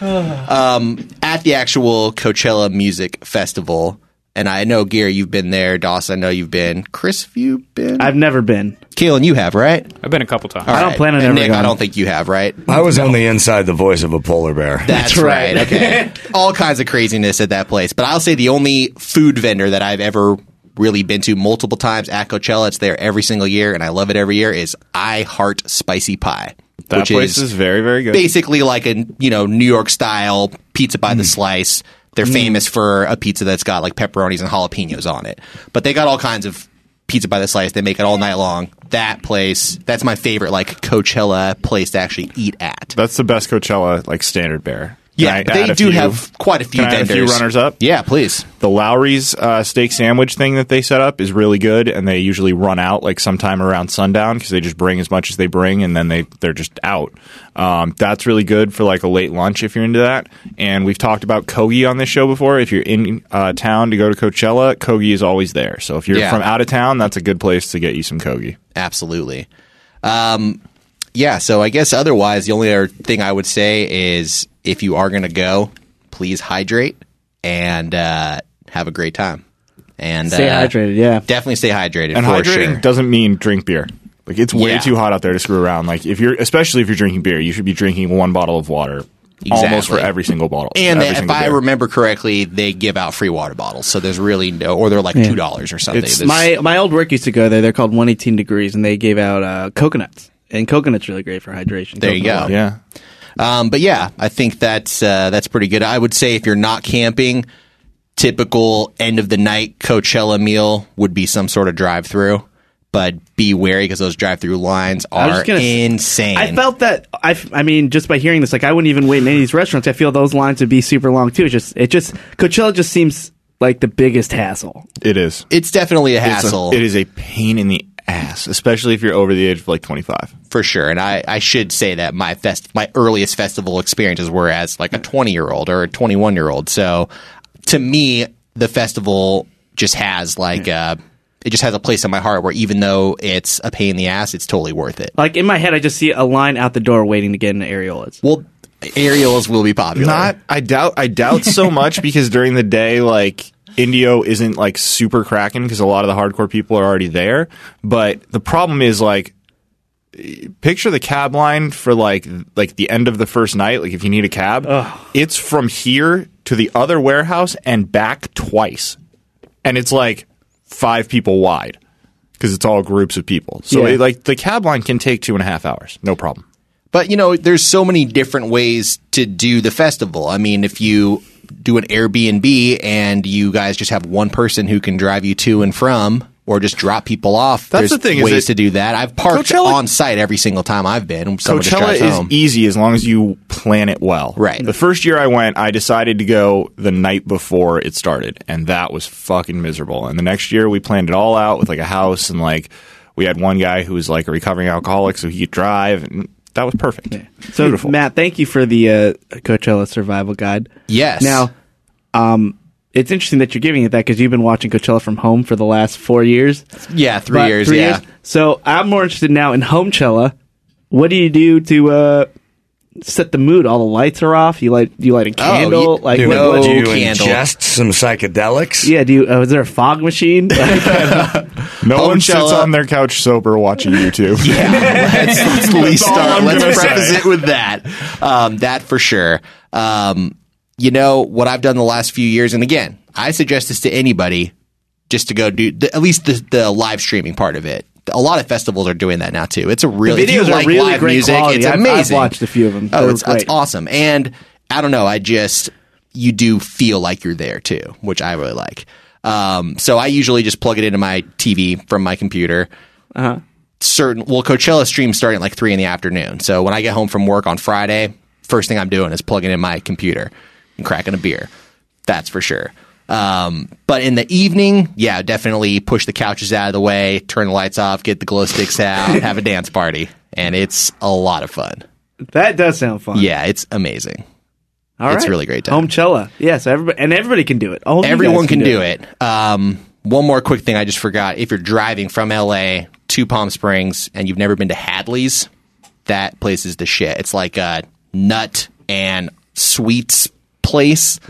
S3: at the actual Coachella Music Festival, and I know Gary, you've been there. Dawson, I know you've been. Chris, have you been?
S5: I've never been.
S3: Kaelin, you have, right?
S9: I've been a couple times.
S5: don't plan on
S3: And
S5: ever
S3: Nick, I
S5: going.
S3: don't think you have, right?
S6: I was only inside the voice of a polar bear.
S3: That's right. Okay. All kinds of craziness at that place. But I'll say the only food vendor that I've ever really been to multiple times at Coachella. It's there every single year, and I love it every year. Is I Heart Spicy Pie.
S10: That
S3: which
S10: place is very, very good.
S3: Basically, like a you know New York style pizza by the slice. They're
S10: Mm.
S3: famous for a pizza that's got like pepperonis and jalapenos on it, but they got all kinds of pizza by the slice. They make it all night long. That place, that's my favorite like Coachella place to actually eat at.
S10: That's the best Coachella like standard bear.
S3: Yeah, but they do have quite a few
S10: Can I add a few
S3: vendors.
S10: runners up.
S3: Yeah, please.
S10: The Lowry's uh, steak sandwich thing that they set up is really good, and they usually run out like sometime around sundown because they just bring as much as they bring, and then they they're just out. Um, that's really good for like a late lunch if you're into that. And we've talked about Kogi on this show before. If you're in uh, town to go to Coachella, Kogi is always there. So if you're
S3: Yeah.
S10: from out of town, that's a good place to get you some Kogi.
S3: Absolutely. Um, yeah, so I guess otherwise, the only other thing I would say is if you are going to go, please hydrate and uh, have a great time. And
S10: Stay
S3: uh,
S10: hydrated, yeah.
S3: definitely stay hydrated.
S10: And
S3: for
S10: hydrating
S3: sure.
S10: doesn't mean drink beer. Like it's way
S3: Yeah.
S10: too hot out there to screw around. Like if you're, especially if you're drinking beer, you should be drinking one bottle of water almost for
S3: Exactly.
S10: every single bottle.
S3: And
S10: every
S3: they, if
S10: single
S3: I
S10: beer.
S3: remember correctly, they give out free water bottles, so there's really no, or they're like two dollars or something.
S5: It's
S3: There's-
S5: my my old work used to go there. They're called 118 degrees, and they gave out uh, coconuts, and coconuts really great for hydration.
S3: There you go.
S5: Coconut water.
S3: Um, but yeah, I think that's uh, that's pretty good. I would say if you're not camping, typical end of the night Coachella meal would be some sort of drive through. But be wary because those drive through lines
S5: I was
S3: are
S5: just gonna s-
S3: insane.
S5: I felt that I, f- I mean, just by hearing this, like I wouldn't even wait in any of these restaurants. I feel those lines would be super long too. It's just, it just Coachella just seems like the biggest hassle.
S10: It is.
S3: It's definitely a
S10: It's a-
S3: hassle.
S10: it is a pain in the ass, especially if you're over the age of like 25.
S3: for sure. And I, I should say that my fest my earliest festival experiences were as like a twenty year old or a twenty one year old. So to me, the festival just has like uh, it just has a place in my heart where even though it's a pain in the ass, it's totally worth it.
S5: Like in my head, I just see a line out the door waiting to get into areolas.
S3: Well, areolas will be popular.
S10: Not, I doubt, I doubt so much because during the day, like Indio isn't like super cracking because a lot of the hardcore people are already there. But the problem is like, picture the cab line for like like the end of the first night like if you need a cab it's from here to the other warehouse and back twice and it's like five people wide because it's all groups of people so
S3: Yeah.
S10: it, like the cab line can take two and a half hours no problem
S3: But you know, there's so many different ways to do the festival. I mean, if you do an Airbnb and you guys just have one person who can drive you to and from, or just drop people off.
S10: That's
S3: there's
S10: the thing, is
S3: Ways
S10: that
S3: to do that. I've parked
S10: Coachella-
S3: on site every single time I've been. Someone just
S10: Coachella
S3: drives
S10: is
S3: home.
S10: easy as long as you plan it well. Right. The first year I went, I decided to go the night before it started, and that was fucking miserable. And the next year, we planned it all out with like a house, and like we had one guy who was like a recovering alcoholic, so he could drive, and that was perfect.
S5: So Matt, thank you for the uh, Coachella survival guide.
S10: Yes.
S5: Now, um, it's interesting that you're giving it that because you've been watching Coachella from home for the last four years.
S3: Yeah, three
S5: But
S3: years, yeah.
S5: So I'm more interested now in homechella. What do you do to uh, set the mood? All the lights are off. You light you
S3: Oh,
S5: light a candle. like
S6: do,
S5: what- what-
S6: do you ingest some psychedelics?
S5: Yeah. Do you? Uh, is there a fog machine?
S10: No one sits
S5: Coachella.
S10: on their couch sober watching YouTube.
S3: let's, let's at least
S10: That's all
S3: start.
S10: I'm
S3: Let's
S10: gonna
S3: preface
S10: say.
S3: it with that. Um, that for sure. Um, you know what I've done the last few years, and again, I suggest this to anybody just to go do the, at least the, the live streaming part of it. A lot of festivals are doing that now too. It's a really if you
S5: videos are
S3: like
S5: really
S3: live
S5: great
S3: music.
S5: quality.
S3: It's
S5: I've- I've
S3: amazing.
S5: watched a few of them.
S3: Oh,
S5: They're
S3: it's, it's
S5: great.
S3: awesome. And I don't know. I just you do feel like you're there too, which I really like. Um, so I usually just plug it into my TV from my computer.
S5: Uh-huh.
S3: Certain well, Coachella streams start at like three in the afternoon. So when I get home from work on Friday, first thing I'm doing is plugging in my computer and cracking a beer. That's for sure. Um, but in the evening, yeah, definitely push the couches out of the way, turn the lights off, get the glow sticks out, have a dance party, and it's a lot of fun.
S5: that does sound fun.
S3: Yeah, it's amazing.
S5: All
S3: it's
S5: right.
S3: really great. Time.
S5: Homechella. Yeah. So everybody and everybody can do it. All of you guys
S3: Everyone can do it. Um, one more quick thing I just forgot. If you're driving from LA to Palm Springs and you've never been to Hadley's, that place is the shit. It's like uh, a nut and sweets place.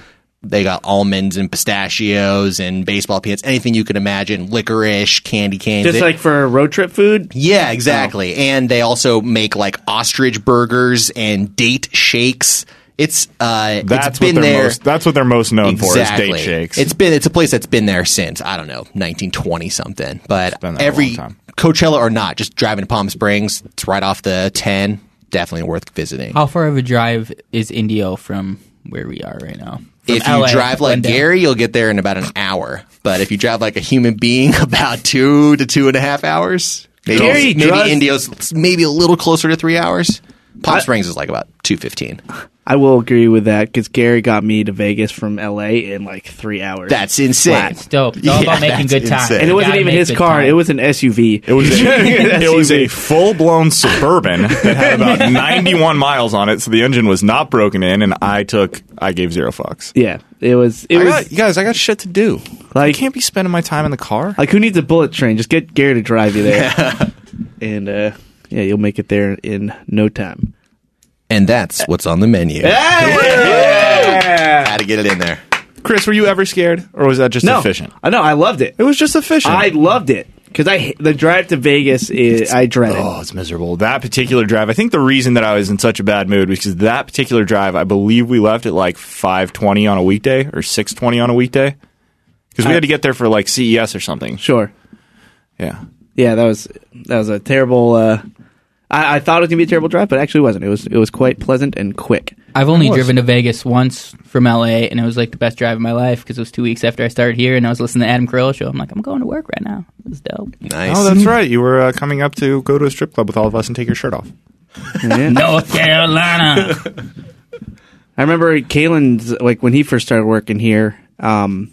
S3: They got almonds and pistachios and baseball peanuts, anything you can imagine, licorice, candy canes.
S5: Just
S3: They-
S5: like for road trip food.
S10: Oh.
S3: yeah, exactly. And they also make like ostrich burgers and date shakes It's uh,
S10: That's
S3: it's been
S10: what they're
S3: there.
S10: most. That's what they're most known
S3: exactly.
S10: for is date shakes.
S3: It's been it's a place that's been there since I don't know 1920 something. But every Coachella or not, just driving to Palm Springs, it's right off the 10. Definitely worth visiting.
S8: How far of a drive is Indio from where we are right now? From
S3: if
S8: LA,
S3: you drive like
S8: Glendale.
S3: Gary, you'll get there in about an hour. But if you drive like a human being, about two to two and a half hours. Maybe,
S5: Gary
S3: maybe
S5: drives-
S3: Indio's maybe a little closer to three hours. Palm Springs is like about two fifteen.
S5: I will agree with that because Gary got me to Vegas from L.A. in like three hours.
S3: That's insane.
S8: That's dope. It's all about making good time.
S5: And it
S8: You
S5: wasn't
S8: gotta
S5: even
S8: make
S5: his
S8: good
S5: car;
S8: time.
S5: it was an SUV.
S10: It was a, it was a
S5: SUV.
S10: full blown suburban that had about ninety one miles on it, so the engine was not broken in, and I took I gave zero fucks.
S5: Yeah, it was. It
S10: I
S5: was
S10: got- you guys, I got shit to do.
S5: Like-
S10: I can't be spending my time in the car.
S5: like who needs a bullet train? Just get Gary to drive you there, and uh, yeah, you'll make it there in no time.
S3: And that's what's on the menu. Had to get it in there.
S10: Chris, were you ever scared, or was that just
S5: no,
S10: efficient?
S5: I know. I loved it.
S10: It was just efficient.
S5: I loved it because I the drive to Vegas is I dread it.
S10: Oh, it's miserable. That particular drive. I think the reason that I was in such a bad mood was because that particular drive. I believe we left at like five twenty on a weekday or six twenty on a weekday because we had to get there for like CES or something.
S5: Sure.
S10: Yeah,
S5: Yeah, that was that was a terrible. Uh, I, I thought it was gonna be a terrible drive, but it actually wasn't. It was it was quite pleasant and quick.
S8: I've only driven to Vegas once from LA, and it was like the best drive of my life because it was two weeks after I started here, and I was listening to Adam Carolla show. I'm like, I'm going to work right now. It was dope.
S3: Nice.
S10: Oh, that's right. You were uh, coming up to go to a strip club with all of us and take your shirt off.
S8: North Carolina.
S5: I remember Kalen's like when he first started working here. Um,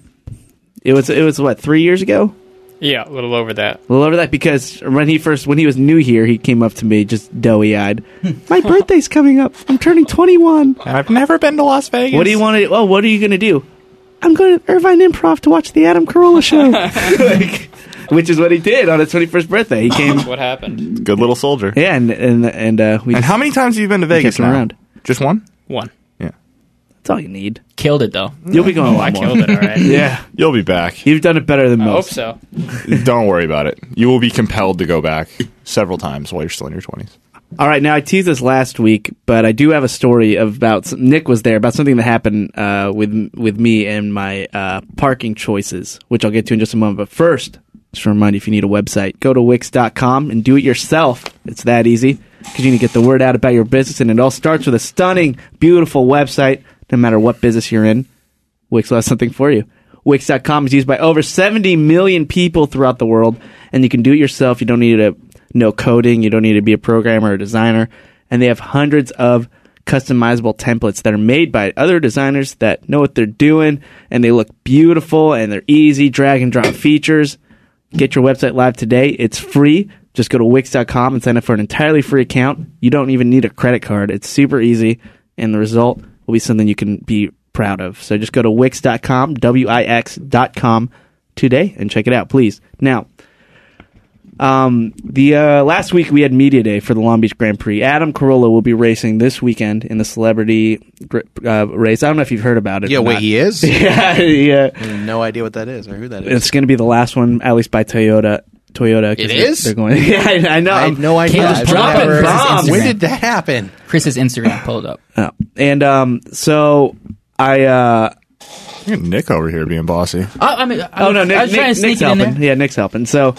S5: it was it was what three years ago,
S9: Yeah, a little over that.
S5: a little over that. Because when he first when he was new here, he came up to me just doughy eyed. My birthday's coming up. I'm turning 21.
S10: And I've never been to Las Vegas.
S5: What do you want to? Oh, what are you gonna do? I'm going to Irvine Improv to watch the Adam Carolla show, Like, which is what he did on his 21st birthday. He came,
S9: What happened?
S10: Good little soldier.
S5: yeah, and and and uh, we.
S10: And
S5: just-
S10: how many times have you been to
S5: kept
S10: Vegas
S5: him
S10: now?
S5: around.
S10: Just one.
S9: One.
S10: Yeah,
S5: That's all you need.
S8: Killed it though.
S5: You'll be going a
S9: I
S5: lot
S9: killed it.
S5: more.
S9: All right.
S5: Yeah,
S10: you'll be back.
S5: you've done it better than
S9: I hope
S5: most.
S9: so.
S10: Don't worry about it. You will be compelled to go back several times while you're still in your twenties.
S5: All right, now I teased this last week, but I do have a story about Nick was there about something that happened uh, with with me and my uh, parking choices, which I'll get to in just a moment. But first, just to remind you, if you need a website, go to Wix.com and do it yourself. It's that easy because you need to get the word out about your business, and it all starts with a stunning, beautiful website. No matter what business you're in, Wix will have something for you. Wix.com is used by over 70 million people throughout the world, and you can do it yourself. You don't need to know coding, you don't need to be a programmer or designer. And they have hundreds of customizable templates that are made by other designers that know what they're doing, and they look beautiful and they're easy, drag and drop features. Get your website live today. It's free. Just go to Wix.com and sign up for an entirely free account. You don't even need a credit card. It's super easy, and the result will be something you can be proud of. So just go to Wix.com, W-I-X.com today and check it out, please. Now, um, the uh, last week we had media day for the Long Beach Grand Prix. Adam Carolla will be racing this weekend in the celebrity gr- uh, race. I don't know if you've heard about it.
S3: Yeah,
S5: or
S3: wait,
S5: not.
S3: he is?
S5: yeah, yeah
S3: No idea what that is or who that is.
S5: it's going to be the last one, at least by Toyota. Toyota. 'cause
S3: It
S5: they're-
S3: is?
S5: They're going. yeah, I, I know.
S3: I
S5: I'm-
S3: have no idea.
S8: Caleb's
S3: I've
S8: dropping
S3: never-
S8: bombs.
S3: When did that happen?
S8: Chris's Instagram pulled up.
S5: Oh. And um, so I. Uh,
S10: Look at Nick over here being bossy.
S8: I, I mean, I,
S5: oh no,
S8: was-
S5: Nick,
S8: I was
S5: Nick-
S8: trying to sneak
S5: Nick's
S8: it in
S5: helping.
S8: there.
S5: Yeah, Nick's helping. So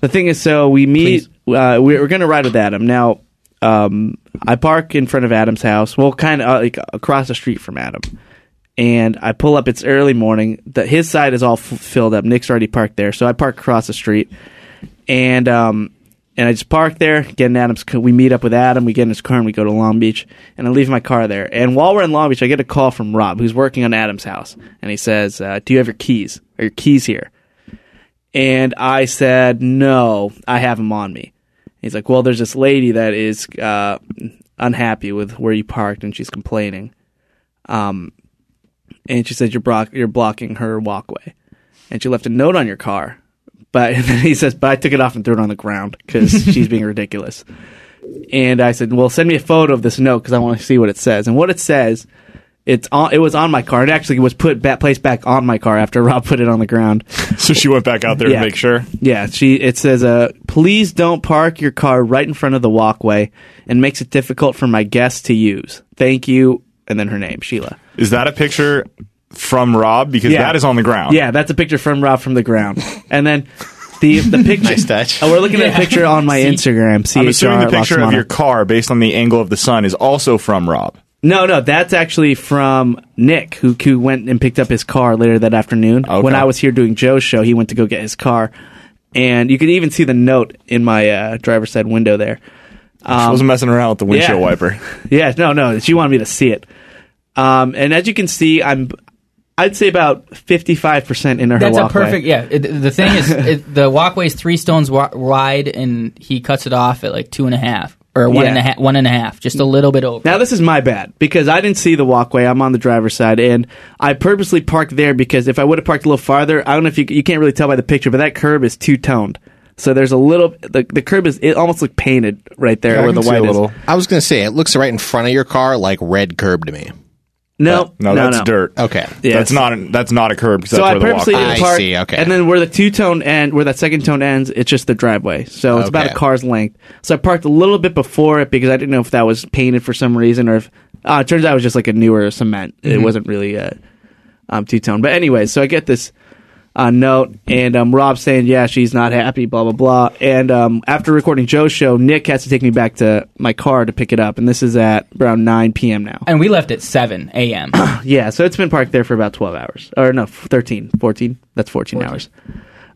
S5: the thing is, so we meet. Uh, we're we're going to ride with Adam now. Um, I park in front of Adam's house. Well, kind of uh, like across the street from Adam. And I pull up. It's early morning. The, his side is all f- filled up. Nick's already parked there, so I park across the street. and um and I just park there, get in Adam's. ca- We meet up with Adam. We get in his car and we go to Long Beach. And I leave my car there. And while we're in Long Beach, I get a call from Rob, who's working on Adam's house, and he says, uh, "Do you have your keys? Are your keys here?" And I said, "No, I have them on me." He's like, "Well, there's this lady that is uh, unhappy with where you parked, and she's complaining." Um, and she said you're block you're blocking her walkway, and she left a note on your car. But and then he says, but I took it off and threw it on the ground because she's being ridiculous. And I said, well, send me a photo of this note because I want to see what it says. And what it says, it's on, it was on my car. It actually was put back, placed back on my car after Rob put it on the ground.
S10: So she went back out there
S5: Yeah.
S10: to make sure.
S5: Yeah, she it says, uh, please don't park your car right in front of the walkway and makes it difficult for my guests to use. Thank you, and then her name, Sheila.
S10: Is that a picture from Rob? Because
S5: Yeah.
S10: that is on the ground.
S5: Yeah, that's a picture from Rob from the ground. And then the the picture. nice touch. Oh, we're looking at a
S10: Yeah.
S5: picture on my
S10: See?
S5: Instagram.
S10: I'm assuming the
S5: CHR
S10: picture of
S5: Lasmana.
S10: your car based on the angle of the sun is also from Rob.
S5: No, no, that's actually from Nick, who, who went and picked up his car later that afternoon. When I was here doing Joe's show, he went to go get his car, and you could even see the note in my uh, driver's side window there.
S10: she wasn't messing around with the windshield
S5: yeah.
S10: wiper.
S5: yeah, no, no, she wanted me to see it. Um, and as you can see, I'm, I'd say about fifty-five percent in her
S8: That's
S5: walkway.
S8: a perfect. Yeah. It- the thing is, it, the walkway is three stones wi- wide, and he cuts it off at like two and a half or one
S5: Yeah.
S8: and a half, one and a half, just a little bit over.
S5: Now this is my bad because I didn't see the walkway. I'm on the driver's side, and I purposely parked there because if I would have parked a little farther, I don't know if you you can't really tell by the picture, but that curb is two toned. So there's a little the, the curb is it almost looked painted right there where the white is.
S3: I was going to say it looks right in front of your car like red curb to me.
S5: No,
S10: No,
S5: no,
S10: that's
S5: no.
S10: dirt.
S3: Okay.
S5: Yeah,
S10: that's
S5: so-
S10: not a, that's not a curb. 'cause
S5: So
S10: that's
S5: I
S10: where the
S5: purposely
S10: walkway
S5: didn't
S10: is.
S5: park, and then where the two tone end, where that second tone ends, it's just the driveway. So it's about
S10: Okay.
S5: a car's length. So I parked a little bit before it because I didn't know if that was painted for some reason or if uh, it turns out it was just like a newer cement. It
S10: Mm-hmm.
S15: Mhm.
S5: wasn't really uh, um, two tone. But anyway, so I get this uh, note and um, Rob saying, "Yeah, she's not happy." Blah blah blah. And um, after recording Joe's show, Nick has to take me back to my car to pick it up, and this is at around nine p.m. now.
S8: And we left at seven a.m.
S5: Yeah, so it's been parked there for about 12 hours. Or no, 13, 14. That's 14, hours.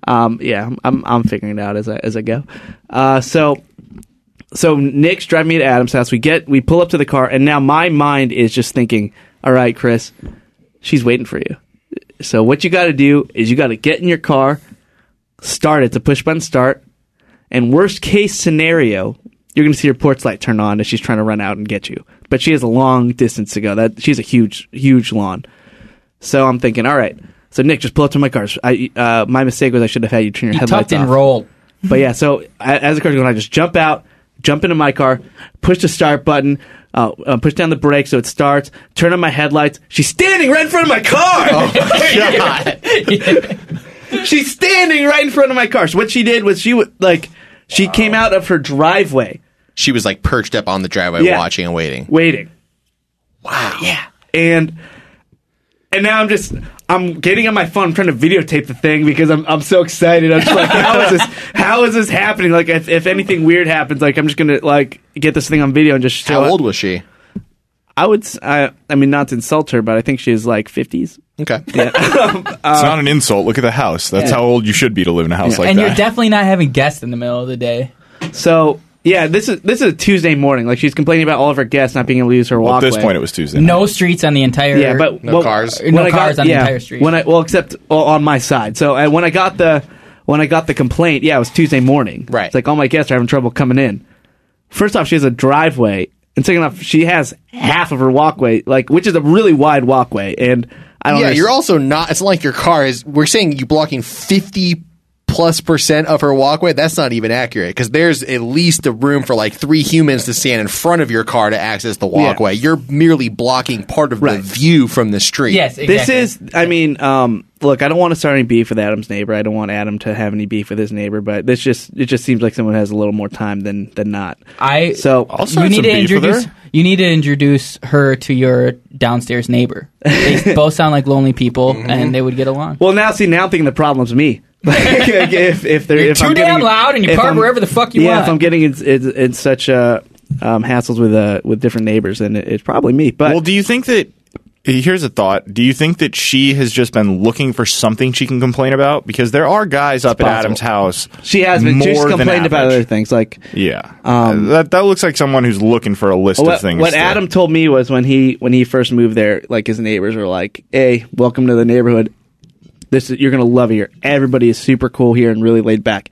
S5: Um, yeah, I'm, I'm I'm figuring it out as I as I go. Uh, so so Nick's driving me to Adam's house. We get we pull up to the car and now my mind is just thinking, "All right, Chris, she's waiting for you." So what you got to do is you got to get in your car, start it to push button start, and worst case scenario, you're going to see your porch light turn on as she's trying to run out and get you. But she has a long distance to go. That she's a huge, huge lawn. So I'm thinking, all right. So Nick, just pull up to my car. I, uh, my mistake was I should have had you turn your
S8: He
S5: headlights
S8: tucked and
S5: off.
S8: rolled.
S5: But yeah, so I, as the car's going, I just jump out, jump into my car, push the start button, uh, uh, push down the brake so it starts, turn on my headlights. She's standing right in front of my car. She's standing right in front of my car. So what she did was she would like she came out of her driveway
S3: She was like perched up on the driveway
S5: Yeah.
S3: watching and waiting.
S5: waiting. Wow. Yeah. And and now I'm just I'm getting on my phone, trying to videotape the thing because I'm I'm so excited. I'm just like, how is this how is this happening? Like if, if anything weird happens, like I'm just gonna like get this thing on video and just show
S3: How
S5: it.
S3: old was she?
S5: I would s- I I mean not to insult her, but I think she's like fifties.
S3: Okay.
S10: it's not an insult. Look at the house. That's
S8: Yeah.
S10: how old you should be to live in a house like
S8: and
S10: that.
S8: you're definitely not having guests in the middle of the day.
S5: So yeah, this is this is a Tuesday morning. Like she's complaining about all of her guests not being able to use her
S8: Well,
S10: at
S5: walkway.
S10: this point, it was Tuesday.
S8: No streets on the entire.
S5: Yeah, but well,
S8: Uh, No
S5: when I
S8: cars
S5: got-
S8: on
S5: yeah,
S8: the entire street.
S5: When I well, except well, on my side. So uh, when I got the when I got the complaint, yeah, it was Tuesday morning. Right. It's like all my guests are having trouble coming in. First off, she has a driveway, and second off, she has half of her walkway, like which is a really wide walkway, and I don't.
S3: yeah,
S5: underst-
S3: you're also not. It's not like your car is. We're saying you blocking fifty plus percent of her walkway. That's not even accurate because there's at least a room for like three humans to stand in front of your car to access the walkway. You're merely blocking part of the view from the street.
S5: This is, I mean, um, look, I don't want to start any beef with Adam's neighbor. I don't want Adam to have any beef with his neighbor, but this just it just seems like someone has a little more time than than not.
S8: I
S5: so
S8: you need to introduce you need to introduce her to your downstairs neighbor. They both sound like lonely people, and they would get along.
S5: Well, now see, now I'm thinking the problem's me. like, if if they're
S8: You're
S5: if
S8: too
S5: I'm
S8: damn
S5: getting-
S8: loud and you
S5: if
S8: park
S5: I'm-
S8: wherever the fuck you
S5: yeah,
S8: want.
S5: if I'm getting in, in, in such uh, um, hassles with uh, with different neighbors, then it, it's probably me. But
S10: well, do you think that? Here's a thought. Do you think that she has just been looking for something she can complain about? Because there are guys up at
S5: possible.
S10: Adam's house.
S5: she has been
S10: more
S5: she's
S10: than
S5: complained about
S10: average.
S5: other things like
S10: Yeah, that that looks like someone who's looking for a list
S5: what,
S10: of things.
S5: what
S10: to-
S5: Adam told me was when he when he first moved there, like his neighbors were like, "Hey, welcome to the neighborhood. This is, you're gonna love it here. Everybody is super cool here and really laid back,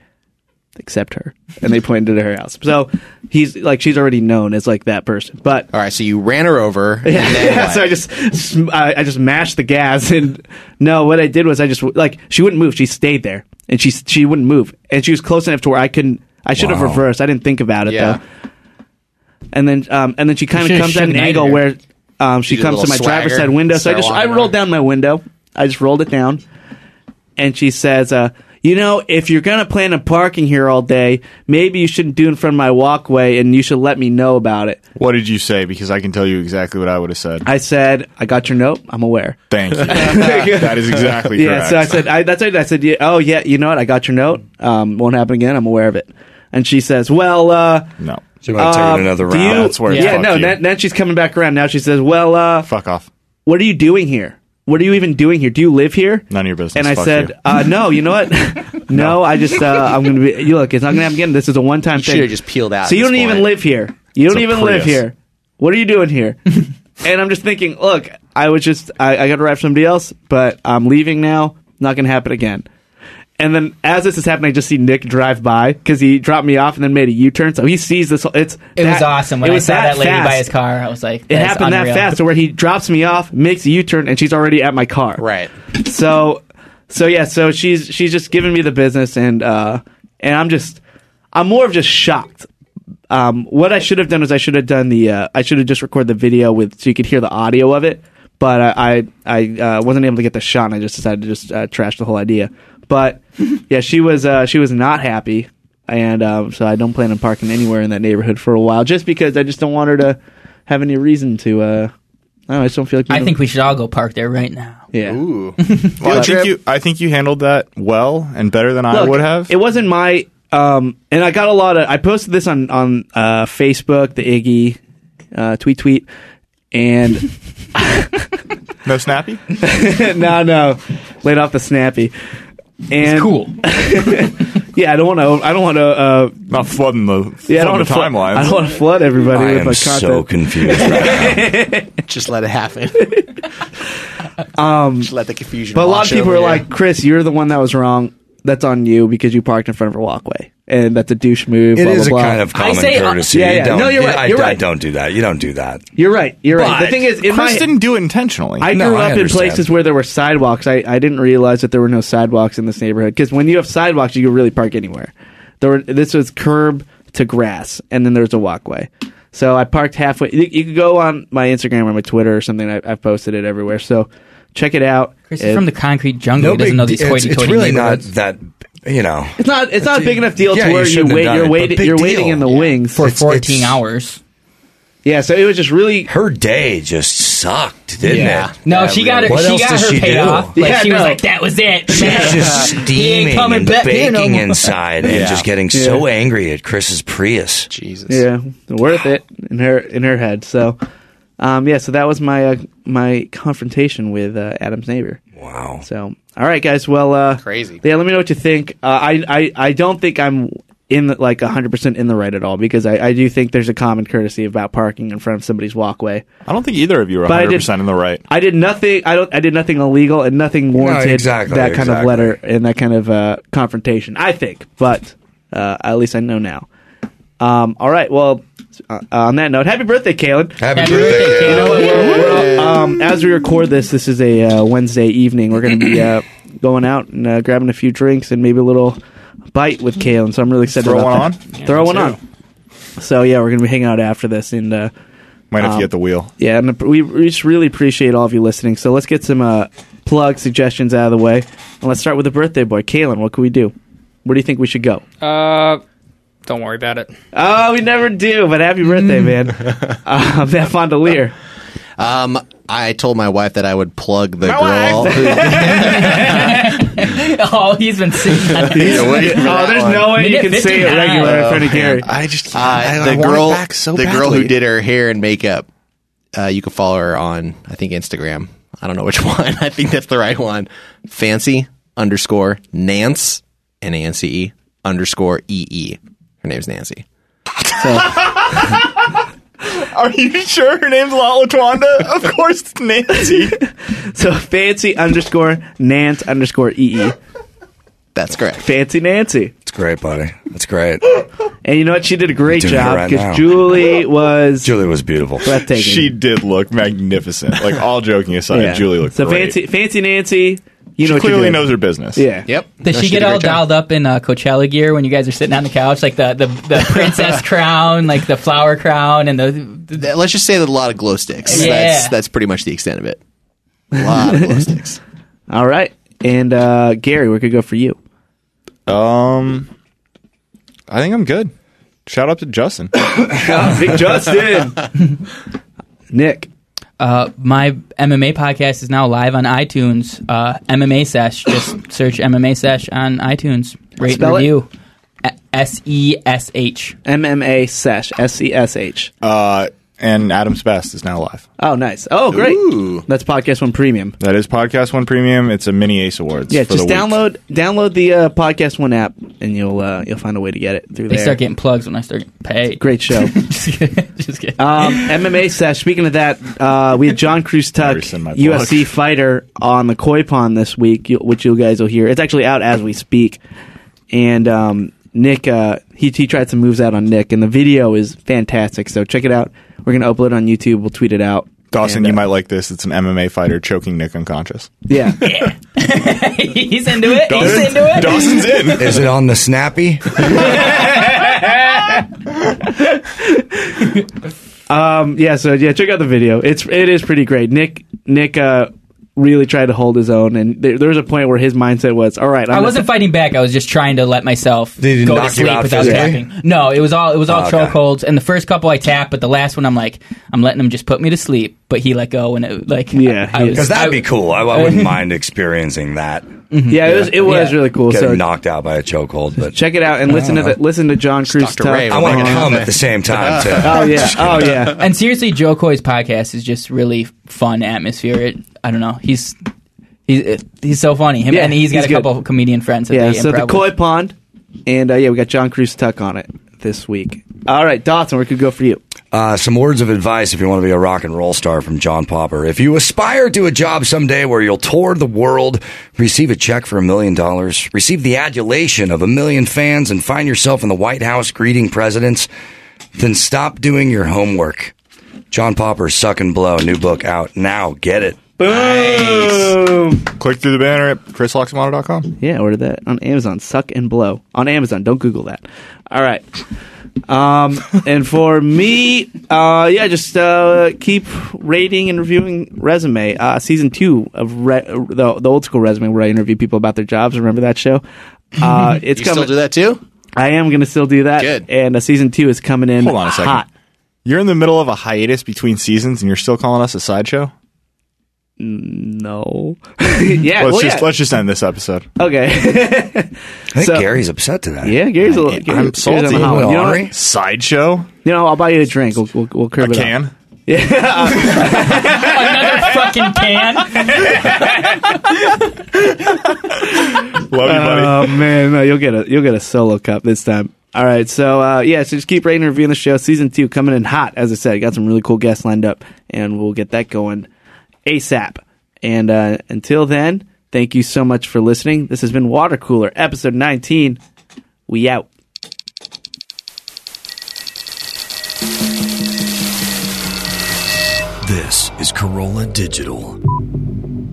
S5: except her." And they pointed to her house. So he's like, she's already known as like that person. But
S3: all right, so you ran her over.
S5: Yeah, uh, so I just sm- I, I just mashed the gas and no, what I did was I just like she wouldn't move. She stayed there and she she wouldn't move and she was close enough to where I couldn't. I should have
S15: Wow.
S5: reversed. I didn't think about it
S15: Yeah.
S5: though. And then um and then she kind
S15: You
S5: of
S15: should-
S5: comes at
S15: should
S5: an
S15: have
S5: angle
S15: knighted
S5: where um
S15: You
S5: she
S15: did a
S5: comes to
S15: little
S5: my driver's
S15: swagger,
S5: side window. So I
S15: start
S5: just I
S15: walking
S5: rolled down my window. I just rolled it down. and she says, uh, "You know, if you're gonna plan on parking here all day, maybe you shouldn't do it in front of my walkway, and you should let me know about it."
S10: What did you say? Because I can tell you exactly what I would have said.
S5: I said, "I got your note. I'm aware."
S10: Thank you. that is exactly
S5: yeah.
S10: correct.
S5: So I said, I, "That's it." I said, yeah, "Oh yeah, you know what? I got your note. Um, won't happen again. I'm aware of it." And she says, "Well, uh,
S10: no."
S6: She might take it another round. That's where it's
S5: yeah,
S6: fuck
S5: no.
S6: you.
S5: Then, then she's coming back around. Now she says, "Well, uh,
S10: fuck off.
S5: What are you doing here? What are you even doing here? Do you live here?"
S10: None of your business.
S5: And I
S10: Fuck
S5: said,
S10: you.
S5: uh, "No, you know what? no, I just uh, I'm gonna be. You look, it's not gonna happen again. This is a one time
S3: You
S5: thing.
S3: should've just peeled out
S5: So
S3: at
S5: you
S3: this
S5: don't even
S3: point.
S5: live here. You
S3: It's
S5: don't
S3: a
S5: even live
S3: Prius.
S5: here. What are you doing here?" and I'm just thinking, look, I was just I, I got to ride for somebody else, but I'm leaving now. Not gonna happen again. And then as this is happening, I just see Nick drive by because he dropped me off and then made a U-turn. So he sees this. whole- It's
S8: It was
S5: that-
S8: awesome when
S5: it
S8: I
S5: was
S8: saw that, lady by
S5: fast.
S8: his car. I was like,
S5: It
S8: that is
S5: happened
S8: unreal.
S5: that fast to where he drops me off, makes a U turn, and she's already at my car.
S3: Right.
S5: So, so yeah, so she's she's just giving me the business, and uh, and I'm just I'm more of just shocked. Um, what I should have done is I should have done the uh, I should have just recorded the video with so you could hear the audio of it, but I I, I uh, wasn't able to get the shot. and I just decided to just uh, trash the whole idea. But yeah, she was uh, she was not happy, and um, so I don't plan on parking anywhere in that neighborhood for a while, just because I just don't want her to have any reason to. Uh, I, don't know, I just don't feel like.
S8: I think we should all go park there right now.
S5: Yeah.
S10: Ooh. Well, I think you. I think you handled that well and better than I
S5: Look,
S10: would have.
S5: It wasn't my um, and I got a lot of. I posted this on on uh, Facebook, the Iggy uh, tweet tweet, and
S10: no snappy.
S5: no, no, laid off the snappy. And cool. yeah, I don't want to. I don't want to. Uh,
S10: Not flooding the
S5: yeah, I don't
S10: flooding
S5: want
S10: the
S5: to
S10: timelines.
S5: I don't want to flood everybody
S6: I
S5: with my
S6: am
S5: content.
S6: so confused.
S3: Just let it happen.
S5: um,
S3: Just let the confusion.
S5: But a lot
S3: wash
S5: of people
S3: over
S5: are
S3: you.
S5: like, Chris, you're the one that was wrong. That's on you because you parked in front of a walkway, and that's a douche move.
S6: It
S5: blah, blah,
S6: is a
S5: blah.
S6: kind of common courtesy.
S5: Yeah,
S6: You
S5: yeah.
S6: don't-
S5: No, you're
S6: I,
S5: right. You're
S6: I
S5: right.
S6: don't do that. You don't do that.
S5: You're right. You're right.
S6: But
S5: The thing is, in
S10: Chris
S5: my
S10: didn't do it intentionally.
S5: I grew
S6: No, I
S5: up in
S6: understand.
S5: places where there were sidewalks. I, I didn't realize that there were no sidewalks in this neighborhood because when you have sidewalks, you can really park anywhere. There were, this was curb to grass, and then there's a walkway. So I parked halfway. You, you could go on my Instagram or my Twitter or something. I, I've posted it everywhere. So check it out.
S8: Chris is from the concrete jungle.
S6: No
S8: He doesn't
S6: big
S8: know these
S6: de- it's,
S8: hoity-toity
S6: it's really not
S8: neighborhoods.
S6: that, you know.
S5: It's not. It's not a big enough deal
S6: Yeah,
S5: to
S6: you
S5: where you
S6: shouldn't have
S5: wait.
S6: done
S5: You're
S6: it, but
S5: waiting.
S6: big
S5: You're
S6: deal.
S5: waiting in the wings
S8: for
S6: It's-
S8: 14
S6: it's-
S8: hours.
S5: Yeah. So it was just really.
S6: Her day just sucked, didn't
S8: Yeah.
S6: it?
S8: No, she got her.
S6: What
S8: She
S6: else
S8: got
S6: does
S8: her
S6: she do?
S8: payoff. Like
S5: Yeah,
S8: she was
S5: no.
S8: like, "That was it."
S6: She's just
S8: He ain't
S6: steaming
S8: coming
S6: and
S8: back here no
S6: baking
S8: more.
S6: inside
S10: Yeah.
S6: and just getting so angry at Chris's Prius.
S3: Jesus.
S5: Yeah, worth it in her in her head. So, um, yeah. So that was my uh, my confrontation with uh, Adam's neighbor.
S6: Wow.
S5: So, all right, guys. Well, uh,
S3: Crazy.
S5: Yeah, let me know what you think. Uh, I, I I don't think I'm in the, like 100 percent in the right at all because I, I do think there's a common courtesy about parking in front of somebody's walkway.
S10: I don't think either of you are
S5: But I did-
S10: 100 percent in the right.
S5: I did nothing. I don't. I did nothing illegal and nothing warranted
S6: exactly,
S5: that kind of
S6: exactly.
S5: letter and that kind of uh, confrontation. I think, but uh, at least I know now. Um, all right. Well, uh, on that note, happy birthday, Kalen.
S6: Happy,
S8: Happy
S6: birthday.
S8: birthday,
S6: Kayla.
S8: Kayla.
S5: Well, um, as we record this, this is a uh, Wednesday evening. We're going to be uh, going out and uh, grabbing a few drinks and maybe a little bite with Kalen. So I'm really excited.
S10: Throw
S5: about
S10: one
S5: that.
S10: on?
S5: Throw
S10: me
S5: one
S10: too.
S5: on. So yeah, we're going to be hanging out after this and. Uh,
S10: Might have
S5: Um,
S10: to get the wheel.
S5: yeah, and we, we just really appreciate all of you listening. So let's get some uh, plug suggestions out of the way, and let's start with the birthday boy, Kalen. What can we do? Where do you think we should go?
S9: Uh, don't worry about it.
S5: Oh, we never do, but happy birthday, man! uh, Matt Fondelier.
S3: Um, I told my wife that I would plug the girl. Who,
S8: oh, he's been sitting. on it.
S3: Yeah, wait for
S5: Oh,
S3: that
S5: there's
S3: one.
S5: no way you
S8: Minute
S5: can say it
S8: 59.
S5: regular in front of Gary.
S10: I just
S3: Uh, the girl, the girl who did her hair and makeup. Uh, you can follow her on, I think, Instagram. I don't know which one. I think that's the right one. Fancy underscore Nance N A N C E underscore E E. Her name's Nancy.
S10: Are you sure her name's La Latwanda? of course, it's Nancy.
S5: So fancy underscore Nance underscore ee
S3: That's correct.
S5: fancy Nancy.
S6: That's great, buddy. That's great.
S5: And you know what? She did a great
S6: Doing it
S5: job
S6: right
S5: because
S6: now.
S5: Julie was
S6: Julie was beautiful.
S5: breathtaking.
S10: she did look magnificent. Like all joking aside,
S5: Yeah.
S10: Julie looked
S5: so
S10: great.
S5: fancy. Fancy Nancy. You know
S10: she
S5: what you're
S10: clearly
S5: doing.
S10: knows her business.
S5: Yeah.
S3: Yep.
S8: Does
S3: No,
S8: she get
S3: did a
S8: all
S3: great job.
S8: dialed up in uh, Coachella gear when you guys are sitting on the couch, like the the, the princess crown, like the flower crown, and the, the
S3: Th- Let's just say that a lot of glow sticks.
S8: Yeah.
S3: That's that's pretty much the extent of it. A lot of glow sticks.
S5: All right. And uh, Gary, where could it go for you?
S10: Um, I think I'm good. Shout out to Justin.
S5: Big Justin. Nick.
S8: Uh, my MMA podcast is now live on iTunes. Uh, MMA Sesh. Just search MMA Sesh on iTunes. Rate
S5: Spell it.
S8: and review. S E S H.
S5: MMA Sesh. S E S H.
S10: Uh, and Adam's Best is now live.
S5: Oh, nice. Oh, great. That's Podcast One Premium.
S10: That is Podcast One Premium. It's a mini Ace Awards.
S5: Yeah,
S10: for
S5: just
S10: the week.
S5: download download the uh, Podcast One app, and you'll uh, you'll find a way to get it through
S8: They
S5: there.
S8: start getting plugs when I start getting paid.
S5: Great show.
S8: just kidding. Just kidding.
S5: Um, MMA sesh. Speaking of that, uh, we had John Cruz Tuck, UFC fighter, on the Koi Pond this week, you- which you guys will hear. It's actually out as we speak. And um, Nick, uh, he he tried some moves out on Nick, and the video is fantastic. So check it out. We're gonna upload it on YouTube. We'll tweet it out.
S10: Dawson,
S5: And,
S10: you
S5: uh,
S10: might like this. It's an MMA fighter choking Nick unconscious.
S5: Yeah.
S8: He's into it.
S10: Dawson's-
S8: He's into it.
S10: Dawson's in.
S6: Is it on the snappy?
S5: Um, yeah, so yeah, check out the video. It's it is pretty great. Nick Nick uh, really tried to hold his own, and there, there was a point where his mindset was, "All right, I'm
S8: I
S5: gonna-
S8: wasn't fighting back. I was just trying to let myself
S6: Did it
S8: go
S6: knock
S8: to
S6: you
S8: sleep
S6: out
S8: without
S6: physically?
S8: tapping. No, it was all it was all
S6: Oh, okay.
S8: chokeholds. And the first couple I tapped, but the last one I'm like, I'm letting him just put me to sleep. But he let go, and it like
S5: Yeah,
S8: I, I was-
S6: Because
S8: I-
S6: that'd be cool. I, I wouldn't mind experiencing that.
S5: yeah, it was it was
S8: Yeah.
S5: really cool."
S6: Getting
S5: So
S6: knocked out by a chokehold, but
S5: check it out and listen to the, listen to John Cruz
S3: Dr.
S5: talk.
S3: Ray,
S6: I
S3: we're
S6: want to
S3: making
S6: come at the same time too.
S5: Oh yeah, oh yeah.
S8: And seriously, Joe Coy's podcast is just really fun atmosphere. It, I don't know. He's he's he's so funny. Him
S5: Yeah,
S8: and he's got
S5: he's
S8: a couple
S5: good.
S8: comedian friends. That
S5: Yeah,
S8: they
S5: so the
S8: improv
S5: koi
S8: with.
S5: pond, and uh, yeah, we got John Cruz Tuck on it this week. All right, Dawson, where could it go for you?
S6: Uh, some words of advice if you want to be a rock and roll star from John Popper. If you aspire to a job someday where you'll tour the world, receive a check for a million dollars, receive the adulation of a million fans, and find yourself in the White House greeting presidents, then stop doing your homework. John Popper's Suck and Blow, new book out now. Get it.
S5: Boom.
S10: Click through the banner at chrisloxamano.com.
S5: Yeah, order that on Amazon. Suck and blow on Amazon. Don't Google that. All right. Um, and for me, uh, yeah, just uh, keep rating and reviewing resume. Uh, season two of re- the the old school resume, where I interview people about their jobs. Remember that show? Uh, it's
S3: You
S5: coming.
S3: still do that too?
S5: I am going to still do that.
S3: Good.
S5: And uh, season two is coming in.
S10: Hold on a second.
S5: Hot.
S10: You're in the middle of a hiatus between seasons, and you're still calling us a sideshow.
S5: Mm,
S10: Hmm.
S5: No. yeah.
S10: let's
S5: well,
S10: just
S5: yeah.
S10: let's just end this episode.
S5: okay.
S6: I think
S5: So-
S6: Gary's upset today.
S5: yeah, Gary's a little.
S10: I'm
S5: Gary's on
S10: salty.
S5: the hot one. You know, what?
S6: Sorry.
S10: Sideshow,
S5: you know, I'll buy you a drink. We'll we'll, we'll curb
S10: a
S5: it up.
S10: can.
S8: another fucking can.
S10: Love you, buddy.
S5: Oh man, no, you'll get a you'll get a solo cup this time. All right, so uh, yeah, so just keep rating and reviewing the show. Season two coming in hot, as I said. Got some really cool guests lined up, and we'll get that going ASAP. And uh, until then, thank you so much for listening. This has been Water Cooler, episode nineteen. We out.
S15: This is Corolla Digital.